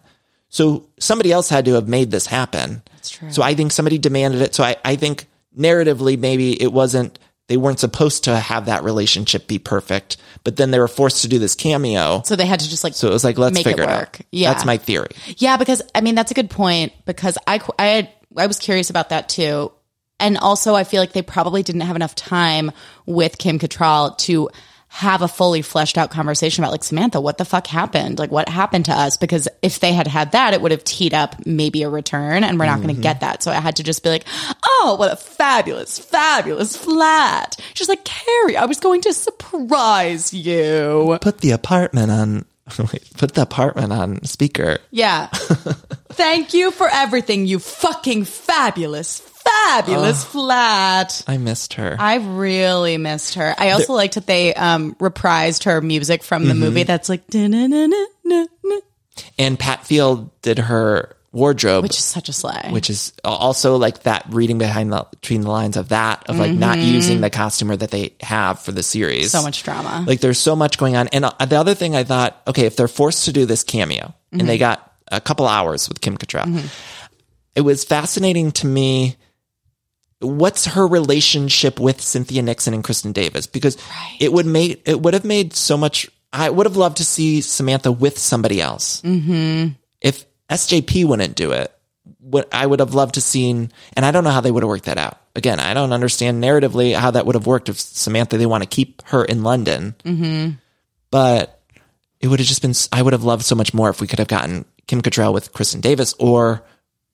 Speaker 4: So somebody else had to have made this happen. That's
Speaker 5: true.
Speaker 4: So I think somebody demanded it. So I, I think narratively, maybe it wasn't, they weren't supposed to have that relationship be perfect, but then they were forced to do this cameo.
Speaker 5: So they had to just like
Speaker 4: So it was like, let's
Speaker 5: Make it
Speaker 4: figure it,
Speaker 5: work.
Speaker 4: out.
Speaker 5: Yeah.
Speaker 4: That's my theory.
Speaker 5: Yeah, because I mean that's a good point because I qu- I had, I was curious about that too. And also I feel like they probably didn't have enough time with Kim Cattrall to have a fully fleshed out conversation about like Samantha, what the fuck happened? Like what happened to us? Because if they had had that, it would have teed up maybe a return and we're not going to get that. So I had to just be like, "Oh, what a fabulous, fabulous flat." She's like, "Carrie, I was going to surprise you."
Speaker 4: Put the apartment on, wait, put the apartment on speaker.
Speaker 5: Yeah. Thank you for everything, you fucking fabulous, fabulous flat.
Speaker 4: I missed her.
Speaker 5: I really missed her. I also liked that they um, reprised her music from the movie that's like, "Da-na-na-na-na-na,"
Speaker 4: and Pat Field did her wardrobe,
Speaker 5: which is such a slay.
Speaker 4: which is also like that reading behind the between the lines of that of like not using the costumer that they have for the series.
Speaker 5: Mm-hmm. so much drama.
Speaker 4: Like there's so much going on. And uh, the other thing I thought, okay, if they're forced to do this cameo and they
Speaker 5: Mm-hmm.
Speaker 4: got a couple hours with Kim Cattrall, it was fascinating to me. What's her relationship with Cynthia Nixon and Kristen Davis? Because it would make it would have made so much I would have loved to see Samantha with somebody else. Mm-hmm. If SJP wouldn't do it, what I would have loved to seen, and I don't know how they would have worked that out. Again, I don't understand narratively how that would have worked if Samantha they want to keep her in London. Mm-hmm. But it would have just been. I would have loved so much more if we could have gotten Kim Cattrall with Kristen Davis or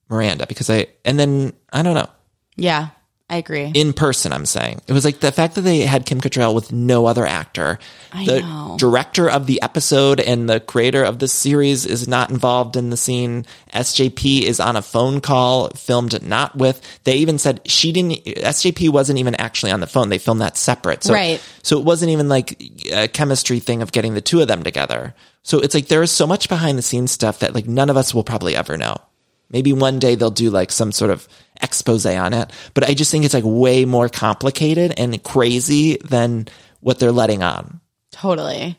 Speaker 4: Miranda because I and then I don't know
Speaker 5: Yeah, I agree.
Speaker 4: in person. I'm saying it was like the fact that they had Kim Cattrall with no other actor.
Speaker 5: I
Speaker 4: the
Speaker 5: know.
Speaker 4: director of the episode and the creator of the series is not involved in the scene. SJP is on a phone call filmed not with. They even said she didn't. SJP wasn't even actually on the phone. They filmed that separate. So,
Speaker 5: Right.
Speaker 4: So it wasn't even like a chemistry thing of getting the two of them together. So it's like there is so much behind the scenes stuff that like none of us will probably ever know. Maybe one day they'll do like some sort of expose on it. But I just think it's like way more complicated and crazy than what they're letting on
Speaker 5: totally.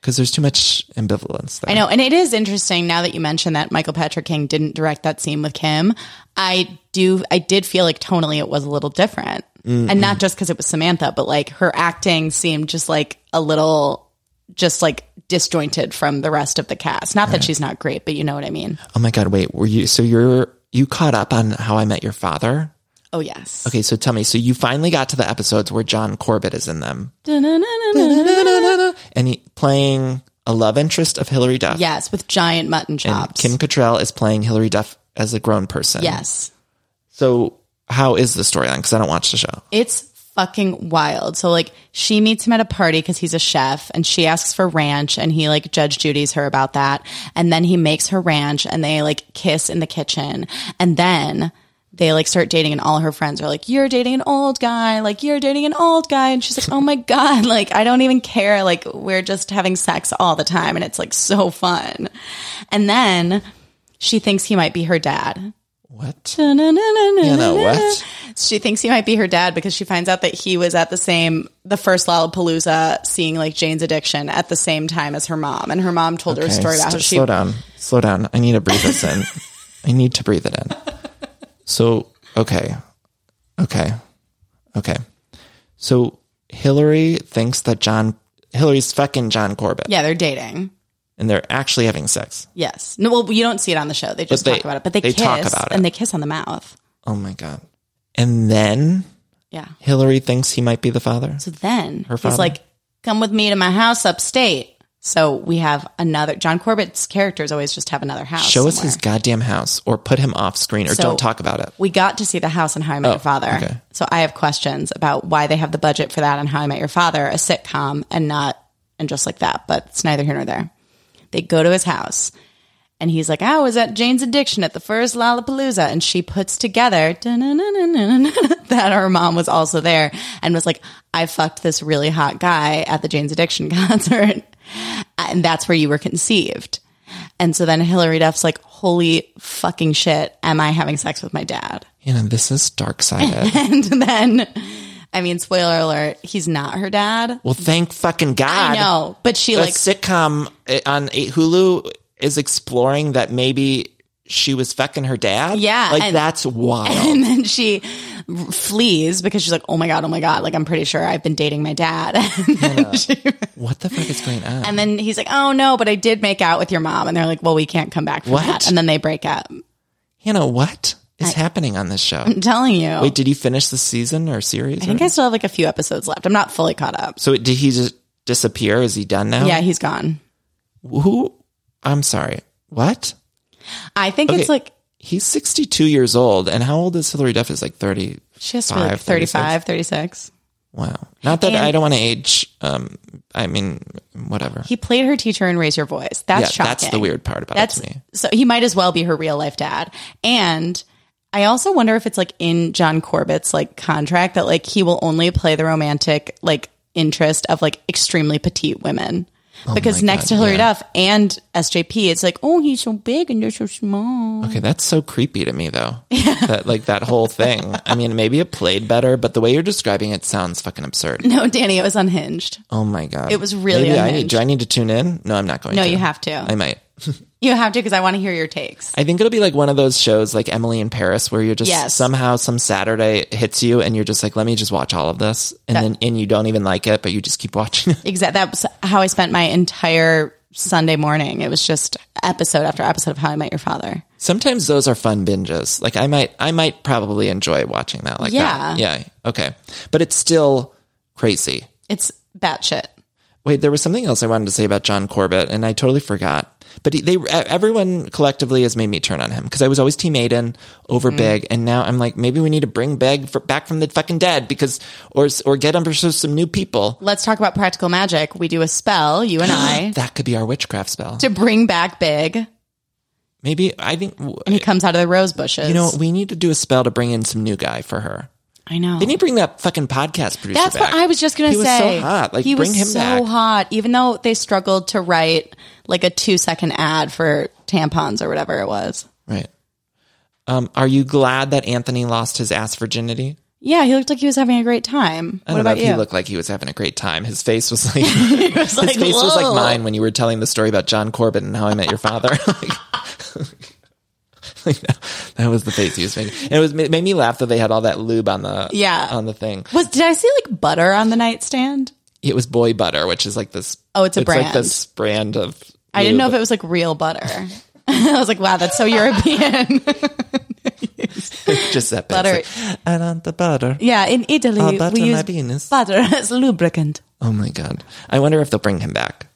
Speaker 4: because there's too much ambivalence there.
Speaker 5: I know. And it is interesting now that you mentioned that Michael Patrick King didn't direct that scene with Kim. I do, I did feel like tonally it was a little different.
Speaker 4: Mm.
Speaker 5: And not just because it was Samantha, but like her acting seemed just like a little, just like disjointed from the rest of the cast. Not that she's not great, but you know what I mean.
Speaker 4: Oh my god, wait, were you so you're you caught up on how I met your father?
Speaker 5: Oh, yes.
Speaker 4: Okay, so tell me, so you finally got to the episodes where John Corbett is in them
Speaker 5: Da-na-na-na-na.
Speaker 4: and he playing a love interest of Hillary Duff.
Speaker 5: Yes, with giant mutton
Speaker 4: And
Speaker 5: chops.
Speaker 4: Kim Cattrall is playing Hillary Duff as a grown person.
Speaker 5: yes.
Speaker 4: So how is the storyline? Because I don't watch the show.
Speaker 5: It's fucking wild. So like she meets him at a party because he's a chef and she asks for ranch and he like Judge Judy's her about that. And then he makes her ranch and they like kiss in the kitchen. And then they like start dating and all her friends are like, You're dating an old guy, like you're dating an old guy. And she's like, Oh my God, like I don't even care. Like we're just having sex all the time and it's like so fun. And then she thinks he might be her dad.
Speaker 4: What?
Speaker 5: You
Speaker 4: You know what?
Speaker 5: she thinks he might be her dad because she finds out that he was at the same the first Lollapalooza seeing like Jane's addiction at the same time as her mom and her mom told her a story
Speaker 4: st-
Speaker 5: about how she
Speaker 4: slow down. Slow down. I need to breathe this in. I need to breathe it in. So, okay. Okay. Okay. So Hillary thinks that John Hillary's fucking John Corbett
Speaker 5: yeah they're dating
Speaker 4: and they're actually having sex.
Speaker 5: yes no well you don't see it on the show they just
Speaker 4: they-
Speaker 5: talk about it but they,
Speaker 4: they
Speaker 5: kiss
Speaker 4: talk about it.
Speaker 5: and they kiss on the mouth
Speaker 4: Oh my god. And then
Speaker 5: yeah
Speaker 4: Hillary thinks he might be the father.
Speaker 5: so then he's
Speaker 4: father.
Speaker 5: like come with me to my house upstate so we have another John Corbett's characters always just have another house
Speaker 4: Show us
Speaker 5: somewhere.
Speaker 4: his goddamn house or put him off screen or
Speaker 5: So-
Speaker 4: don't talk about it.
Speaker 5: We got to see the house in How I Met Your Father.
Speaker 4: okay.
Speaker 5: So I have questions about why they have the budget for that and How I Met Your Father, a sitcom, and not and just like that. But it's neither here nor there. They go to his house, and he's like, "I was at Jane's Addiction at the first Lollapalooza," and she puts together that her mom was also there and was like, "I fucked this really hot guy at the Jane's Addiction concert, and that's where you were conceived." And so then Hillary Duff's like, "Holy fucking shit, am I having sex with my dad?"
Speaker 4: You know, this is dark sided.
Speaker 5: and then I mean, spoiler alert, he's not her dad.
Speaker 4: well, thank fucking God.
Speaker 5: I know, but she
Speaker 4: a
Speaker 5: like
Speaker 4: sitcom uh, on Hulu is exploring that maybe she was fucking her dad.
Speaker 5: Yeah,
Speaker 4: like
Speaker 5: and-
Speaker 4: that's wild.
Speaker 5: and then she flees because she's like, "Oh my god, oh my god, like I'm pretty sure I've been dating my dad." and, then she-
Speaker 4: what the fuck is going on?
Speaker 5: and then he's like, "Oh no, but I did make out with your mom." And they're like, "Well, we can't come back from
Speaker 4: What?
Speaker 5: that." And then they break up.
Speaker 4: Hannah, what is happening on this show?
Speaker 5: I'm telling you.
Speaker 4: Wait, did you finish the season or series?
Speaker 5: I think
Speaker 4: or-
Speaker 5: I still have like a few episodes left. I'm not fully caught up.
Speaker 4: so did he just disappear? Is he done now?
Speaker 5: Yeah, he's gone.
Speaker 4: Who? I'm sorry. What?
Speaker 5: I think
Speaker 4: Okay.
Speaker 5: it's like
Speaker 4: He's 62 years old, and how old is Hillary Duff? Is like 30.
Speaker 5: she has to be like
Speaker 4: 36.
Speaker 5: 35, 36.
Speaker 4: Wow. Not that
Speaker 5: And-
Speaker 4: I don't want to age. Um, I mean, whatever.
Speaker 5: He played her teacher in Raise Your Voice. That's
Speaker 4: yeah,
Speaker 5: shocking.
Speaker 4: that's the weird part about
Speaker 5: That's
Speaker 4: it to me.
Speaker 5: so he might as well be her real life dad. And I also wonder if it's like in John Corbett's like contract that like he will only play the romantic like interest of like extremely petite women. because next to Hillary Duff and SJP, it's like, oh, he's so big and you're so small.
Speaker 4: Okay, that's so creepy to me though. That like that whole thing. I mean, maybe it played better, but the way you're describing it sounds fucking absurd.
Speaker 5: No, Danny, it was unhinged.
Speaker 4: Oh my god.
Speaker 5: It was really
Speaker 4: Maybe I need,
Speaker 5: unhinged.
Speaker 4: do I need to tune in? No, I'm not going
Speaker 5: No,
Speaker 4: to.
Speaker 5: you have to.
Speaker 4: I might.
Speaker 5: You have to because I want to hear your takes.
Speaker 4: I think it'll be like one of those shows like Emily in Paris where you're just
Speaker 5: Yes.
Speaker 4: somehow some Saturday hits you and you're just like, let me just watch all of this. And then, and you don't even like it, but you just keep watching it.
Speaker 5: Exactly. That's how I spent my entire Sunday morning. It was just episode after episode of How I Met Your Father.
Speaker 4: Sometimes those are fun binges. Like I might, I might probably enjoy watching that like
Speaker 5: Yeah.
Speaker 4: that. Yeah. Okay. But it's still crazy.
Speaker 5: It's batshit.
Speaker 4: Wait, there was something else I wanted to say about John Corbett, and I totally forgot. But he, they, e, everyone collectively has made me turn on him because I was always Team Aiden
Speaker 5: Mm.
Speaker 4: over Big, and now I'm like, maybe we need to bring Big for, back from the fucking dead because, or or get him for some new people.
Speaker 5: Let's talk about practical magic. We do a spell, you and I,
Speaker 4: That could be our witchcraft spell.
Speaker 5: to bring back Big, and
Speaker 4: Maybe I think
Speaker 5: he comes out of the rose bushes.
Speaker 4: you know we need to do a spell to bring in some new guy for her.
Speaker 5: I know.
Speaker 4: They need to bring that fucking podcast producer.
Speaker 5: That's
Speaker 4: back.
Speaker 5: what I was just gonna
Speaker 4: He was so
Speaker 5: say.
Speaker 4: hot. Like,
Speaker 5: he
Speaker 4: bring
Speaker 5: was
Speaker 4: him
Speaker 5: so
Speaker 4: back.
Speaker 5: hot, even though they struggled to write like a two second ad for tampons or whatever it was.
Speaker 4: Right. Um, are you glad that Anthony lost his ass virginity?
Speaker 5: Yeah, he looked like he was having a great time.
Speaker 4: I
Speaker 5: what
Speaker 4: don't
Speaker 5: about
Speaker 4: know if
Speaker 5: you?
Speaker 4: he looked like he was having a great time. His face was like his face was like mine when you were telling the story about John Corbett and how I met your father. like, like, that- that was the face he was making, and it was it made me laugh that they had all that lube on the
Speaker 5: Yeah.
Speaker 4: on the thing.
Speaker 5: Was did I see like butter on the nightstand?
Speaker 4: It was Boy Butter, which is like this.
Speaker 5: Oh, it's a
Speaker 4: like
Speaker 5: brand.
Speaker 4: this brand of.
Speaker 5: I didn't know if it was like real butter. I was like, wow, that's so European.
Speaker 4: was just that
Speaker 5: Butter.
Speaker 4: butter. I want the butter.
Speaker 5: yeah, in Italy,
Speaker 4: Oh, butter
Speaker 5: we
Speaker 4: my
Speaker 5: use
Speaker 4: penis.
Speaker 5: butter as lubricant.
Speaker 4: Oh my god! I wonder if they'll bring him back.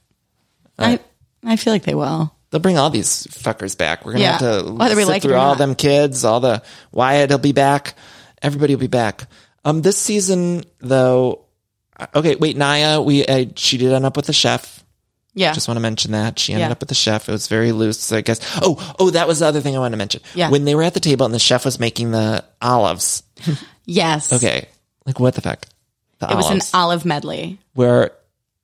Speaker 5: I, I feel like they will.
Speaker 4: They'll bring all these fuckers back. We're gonna
Speaker 5: Yeah.
Speaker 4: have to
Speaker 5: Whether we
Speaker 4: sit
Speaker 5: like it
Speaker 4: through
Speaker 5: or
Speaker 4: all
Speaker 5: not.
Speaker 4: them kids, all the Wyatt will be back. Everybody will be back. Um, this season though, okay, wait, Naya, we uh, she did end up with a chef.
Speaker 5: Yeah.
Speaker 4: Just want to mention that she ended
Speaker 5: Yeah.
Speaker 4: up with a chef. It was very loose, so I guess. Oh, oh, that was the other thing I wanted to mention.
Speaker 5: Yeah.
Speaker 4: when they were at the table and the chef was making the olives.
Speaker 5: yes.
Speaker 4: Okay, like what the fuck? The
Speaker 5: It was an
Speaker 4: olives
Speaker 5: olive medley.
Speaker 4: where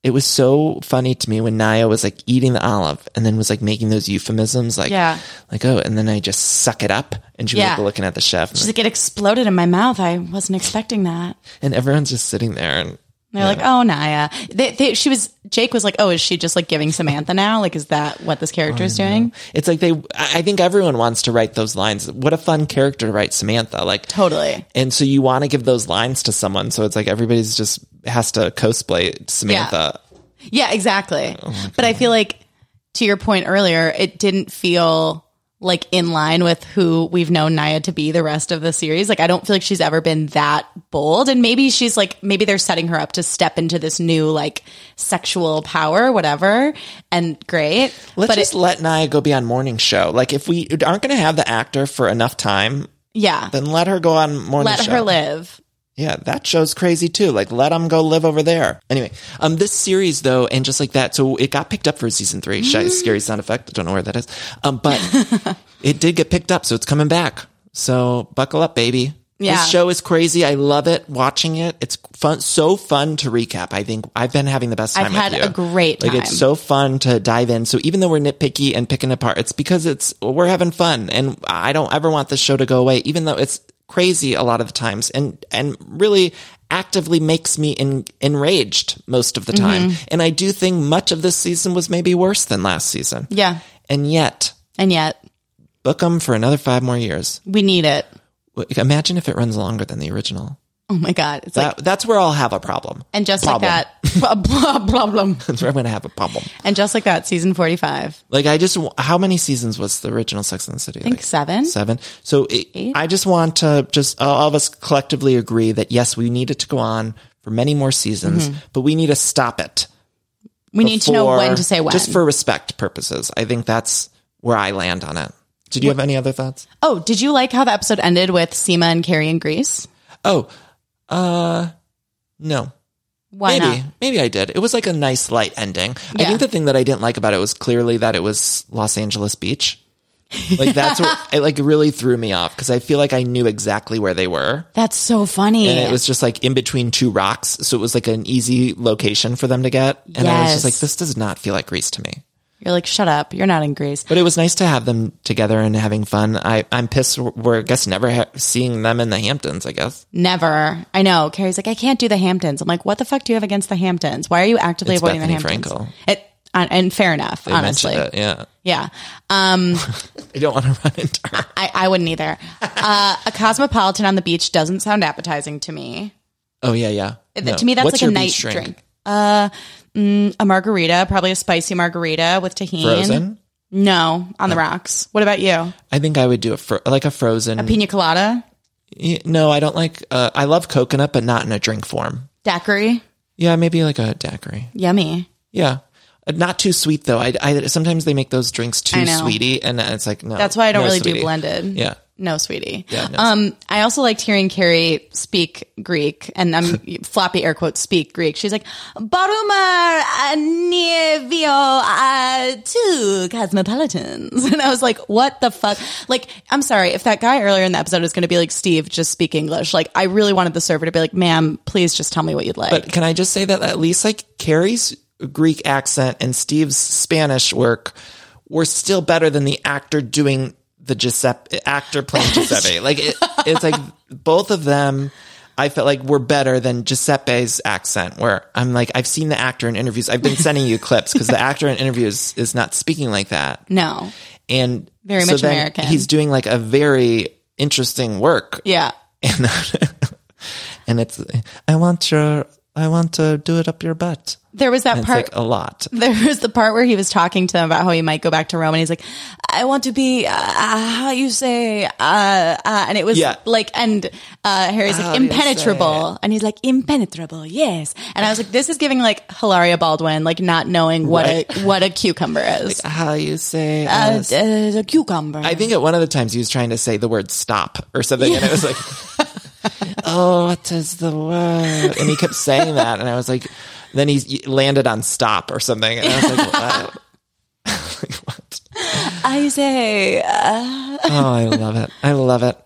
Speaker 4: it was so funny to me when Naya was like eating the olive and then was like making those euphemisms, like,
Speaker 5: Yeah.
Speaker 4: like oh, and then I just suck it up, and she was
Speaker 5: Yeah.
Speaker 4: like looking at the chef, and,
Speaker 5: She's
Speaker 4: like-
Speaker 5: like, it exploded in my mouth. I wasn't expecting that.
Speaker 4: and everyone's just sitting there, and
Speaker 5: They're like, oh, Naya. They, they, she was, Jake was like, oh, is she just like giving Samantha now? Like, is that what this character
Speaker 4: Oh,
Speaker 5: is doing?
Speaker 4: it's like they. I I think everyone wants to write those lines. What a fun character to write, Samantha. Like
Speaker 5: Totally.
Speaker 4: And so you want to give those lines to someone, so it's like everybody's just has to cosplay Samantha.
Speaker 5: Yeah, exactly.
Speaker 4: Oh
Speaker 5: but I feel like, to your point earlier, it didn't feel like in line with who we've known Naya to be the rest of the series. Like, I don't feel like she's ever been that bold. And maybe she's like, maybe they're setting her up to step into this new, like, sexual power, whatever. And great.
Speaker 4: Let's
Speaker 5: but
Speaker 4: just
Speaker 5: it,
Speaker 4: let Naya go be on morning show. Like if we aren't going to have the actor for enough time,
Speaker 5: yeah,
Speaker 4: then let her go on morning
Speaker 5: let
Speaker 4: show.
Speaker 5: her live.
Speaker 4: Yeah, that show's crazy too. Like, let them go live over there. Anyway, um, this series though, and just like that, so it got picked up for season three.
Speaker 5: Mm-hmm.
Speaker 4: Shy, scary sound effect. I don't know where that is. Um, but it did get picked up, so it's coming back. So buckle up, baby.
Speaker 5: Yeah.
Speaker 4: This show is crazy. I love it. Watching it, it's fun. So fun to recap. I think I've been having the best time.
Speaker 5: I've
Speaker 4: with
Speaker 5: had
Speaker 4: you.
Speaker 5: a great
Speaker 4: Like
Speaker 5: time.
Speaker 4: it's so fun to dive in. So even though we're nitpicky and picking apart, it's because it's we're having fun, and I don't ever want this show to go away. Even though it's crazy a lot of the times, and and really actively makes me en- enraged most of the
Speaker 5: Mm-hmm.
Speaker 4: time. And I do think much of this season was maybe worse than last season.
Speaker 5: Yeah.
Speaker 4: And yet,
Speaker 5: And yet,
Speaker 4: book them for another five more years.
Speaker 5: we need it.
Speaker 4: W- Imagine if it runs longer than the original.
Speaker 5: Oh my God. It's like,
Speaker 4: That, that's where I'll have a problem.
Speaker 5: and just
Speaker 4: problem.
Speaker 5: like that, blah, blah, problem.
Speaker 4: That's where I'm going to have a problem.
Speaker 5: And just like that, season 45.
Speaker 4: Like I just, how many seasons was the original Sex and the City? I
Speaker 5: think seven.
Speaker 4: Seven. So it, I just want to just all of us collectively agree that yes, we need it to go on for many more seasons, but we need to stop it.
Speaker 5: Mm-hmm. We need to know
Speaker 4: before-
Speaker 5: when to say when.
Speaker 4: just for respect purposes. I think that's where I land on it. Did you have any other thoughts?
Speaker 5: Oh, did you like how the episode ended with Seema and Carrie and Grease?
Speaker 4: Oh, uh, no.
Speaker 5: Why
Speaker 4: maybe,
Speaker 5: not?
Speaker 4: maybe I did. It was like a nice light ending. I
Speaker 5: Yeah.
Speaker 4: think the thing that I didn't like about it was clearly that it was Los Angeles Beach. Like that's what it like really threw me off because I feel like I knew exactly where they were.
Speaker 5: That's so funny.
Speaker 4: And it was just like in between two rocks. So it was like an easy location for them to get. And I was
Speaker 5: Yes.
Speaker 4: just like, this does not feel like Greece to me.
Speaker 5: You're like, shut up. You're not in Greece.
Speaker 4: But it was nice to have them together and having fun. I, I'm pissed we're, we're, I guess, never ha- seeing them in the Hamptons, I guess.
Speaker 5: Never. I know. Carrie's like, I can't do the Hamptons. I'm like, what the fuck do you have against the Hamptons? Why are you actively
Speaker 4: It's
Speaker 5: avoiding
Speaker 4: Bethany
Speaker 5: the Hamptons?
Speaker 4: Frankel.
Speaker 5: It, Uh, and fair enough,
Speaker 4: They
Speaker 5: honestly.
Speaker 4: mentioned it, yeah.
Speaker 5: Yeah. Um,
Speaker 4: I don't want to run into her.
Speaker 5: I, I wouldn't either. Uh, a cosmopolitan on the beach doesn't sound appetizing to me.
Speaker 4: Oh yeah, yeah. No.
Speaker 5: To me, that's
Speaker 4: What's
Speaker 5: like
Speaker 4: your
Speaker 5: a night
Speaker 4: beach
Speaker 5: drink. Uh, mm, a margarita, probably a spicy margarita with tahini.
Speaker 4: Frozen.
Speaker 5: No, on the rocks. What about you?
Speaker 4: I think I would do a fro- like a frozen.
Speaker 5: Pina colada,
Speaker 4: Y- no, I don't like. Uh, I love coconut, but not in a drink form.
Speaker 5: daiquiri.
Speaker 4: Yeah, maybe like a daiquiri.
Speaker 5: Yummy.
Speaker 4: Yeah, Uh, not too sweet though. I, I sometimes they make those drinks
Speaker 5: I
Speaker 4: too
Speaker 5: know.
Speaker 4: sweety, and it's like no.
Speaker 5: That's why I don't
Speaker 4: no,
Speaker 5: really do
Speaker 4: sweetie.
Speaker 5: blended.
Speaker 4: Yeah.
Speaker 5: No, sweetie.
Speaker 4: Yeah, no.
Speaker 5: um, I also liked hearing Carrie speak Greek, and I'm floppy air quotes speak Greek. She's like, "Baruma nevio two cosmopolitans," and I was like, "What the fuck?" Like, I'm sorry if that guy earlier in the episode was going to be like, "Steve, just speak English." Like, I really wanted the server to be like, "Ma'am, please just tell me what you'd like."
Speaker 4: But can I just say that at least like Carrie's Greek accent and Steve's Spanish work were still better than the actor doing the Giuseppe actor playing Giuseppe. like it, it's like both of them. I felt like were better than Giuseppe's accent, where I'm like, I've seen the actor in interviews. I've been sending you clips because the actor in interviews is not speaking like that
Speaker 5: no,
Speaker 4: and
Speaker 5: Very
Speaker 4: so
Speaker 5: much
Speaker 4: then
Speaker 5: American.
Speaker 4: He's doing like a very interesting work,
Speaker 5: yeah,
Speaker 4: and and it's I want your I want to do it up your butt.
Speaker 5: there was that
Speaker 4: And it's
Speaker 5: part.
Speaker 4: like a lot.
Speaker 5: there was the part where he was talking to them about how he might go back to Rome, and he's like, "I want to be uh, how you say," uh, uh, and it was
Speaker 4: Yeah.
Speaker 5: like, and uh, Harry's
Speaker 4: How
Speaker 5: like
Speaker 4: do you
Speaker 5: impenetrable, and he's like impenetrable, yes. And I was like, this is giving like Hilaria Baldwin, like not knowing what a what a cucumber is.
Speaker 4: How you say?
Speaker 5: Uh,
Speaker 4: Uh,
Speaker 5: uh, the cucumber.
Speaker 4: I think at one of the times he was trying to say the word stop or something, and it was like, oh, what is the word? And he kept saying that, and I was like, then he landed on stop or something, and I was like, what? like, what?
Speaker 5: I say
Speaker 4: oh, I love it. I love it.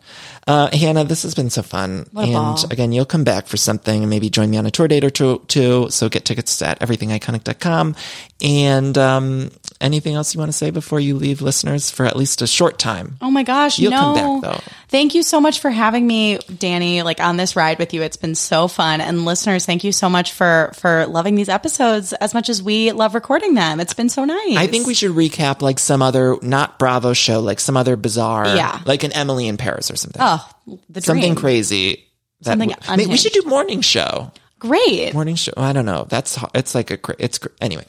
Speaker 4: Uh, Hannah, this has been so fun. and again, you'll come back for something and maybe join me on a tour date or two. two. so get tickets at everythingiconic.com. And um, anything else you want to say before you leave listeners for at least a short time?
Speaker 5: Oh my gosh,
Speaker 4: You'll
Speaker 5: no.
Speaker 4: come back, though.
Speaker 5: Thank you so much for having me, Danny, like on this ride with you. It's been so fun. And listeners, thank you so much for for loving these episodes as much as we love recording them. It's been so nice.
Speaker 4: I think we should recap like some other, not Bravo show, like some other bizarre,
Speaker 5: Yeah.
Speaker 4: like an Emily in Paris or something.
Speaker 5: Oh, the
Speaker 4: something
Speaker 5: dream.
Speaker 4: crazy. That
Speaker 5: Something
Speaker 4: we, I mean, we
Speaker 5: unhinged.
Speaker 4: should do morning show.
Speaker 5: Great.
Speaker 4: morning show. I don't know. That's ho- it's like a cra- it's cra- anyway.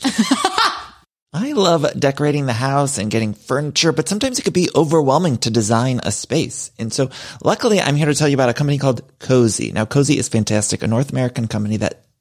Speaker 4: I love decorating the house and getting furniture, but sometimes it could be overwhelming to design a space. And so luckily I'm here to tell you about a company called Cozy. Now Cozy is fantastic, a North American company that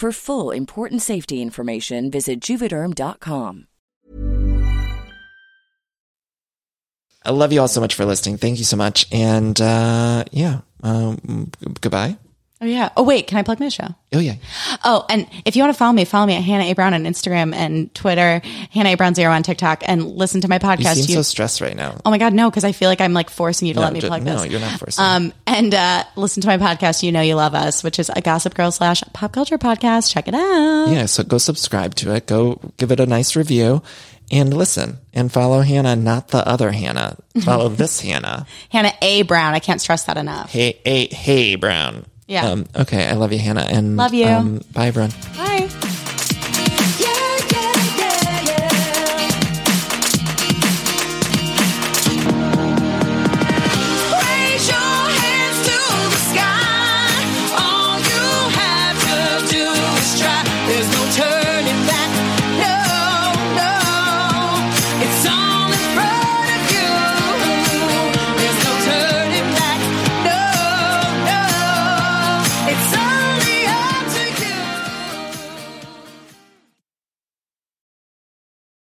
Speaker 1: For full important safety information, visit juvederm.com.
Speaker 4: I love you all so much for listening. Thank you so much. And uh, yeah, um, g- goodbye.
Speaker 5: Oh yeah. Oh wait, can I plug my show?
Speaker 4: Oh, yeah.
Speaker 5: Oh, and if you want to follow me, follow me at Hannah A Brown on Instagram and Twitter, Hannah A Brown zero on TikTok, and listen to my
Speaker 4: You
Speaker 5: podcast.
Speaker 4: seem
Speaker 5: You-
Speaker 4: so stressed right now.
Speaker 5: oh my god, no, because I feel like I'm like forcing you to
Speaker 4: No,
Speaker 5: let me
Speaker 4: ju-
Speaker 5: plug
Speaker 4: no,
Speaker 5: this.
Speaker 4: you're not forcing.
Speaker 5: Um, and uh, listen to my podcast. You know you love us, which is a Gossip Girl slash pop culture podcast. Check it out.
Speaker 4: yeah, so go subscribe to it. Go give it a nice review and listen and follow Hannah, not the other Hannah. Follow this Hannah.
Speaker 5: Hannah A Brown. I can't stress that enough.
Speaker 4: Hey, hey, hey, Brown.
Speaker 5: Yeah.
Speaker 4: Um, okay, I love you, Hannah. And
Speaker 5: Love you.
Speaker 4: Um, bye, Brown.
Speaker 5: Bye.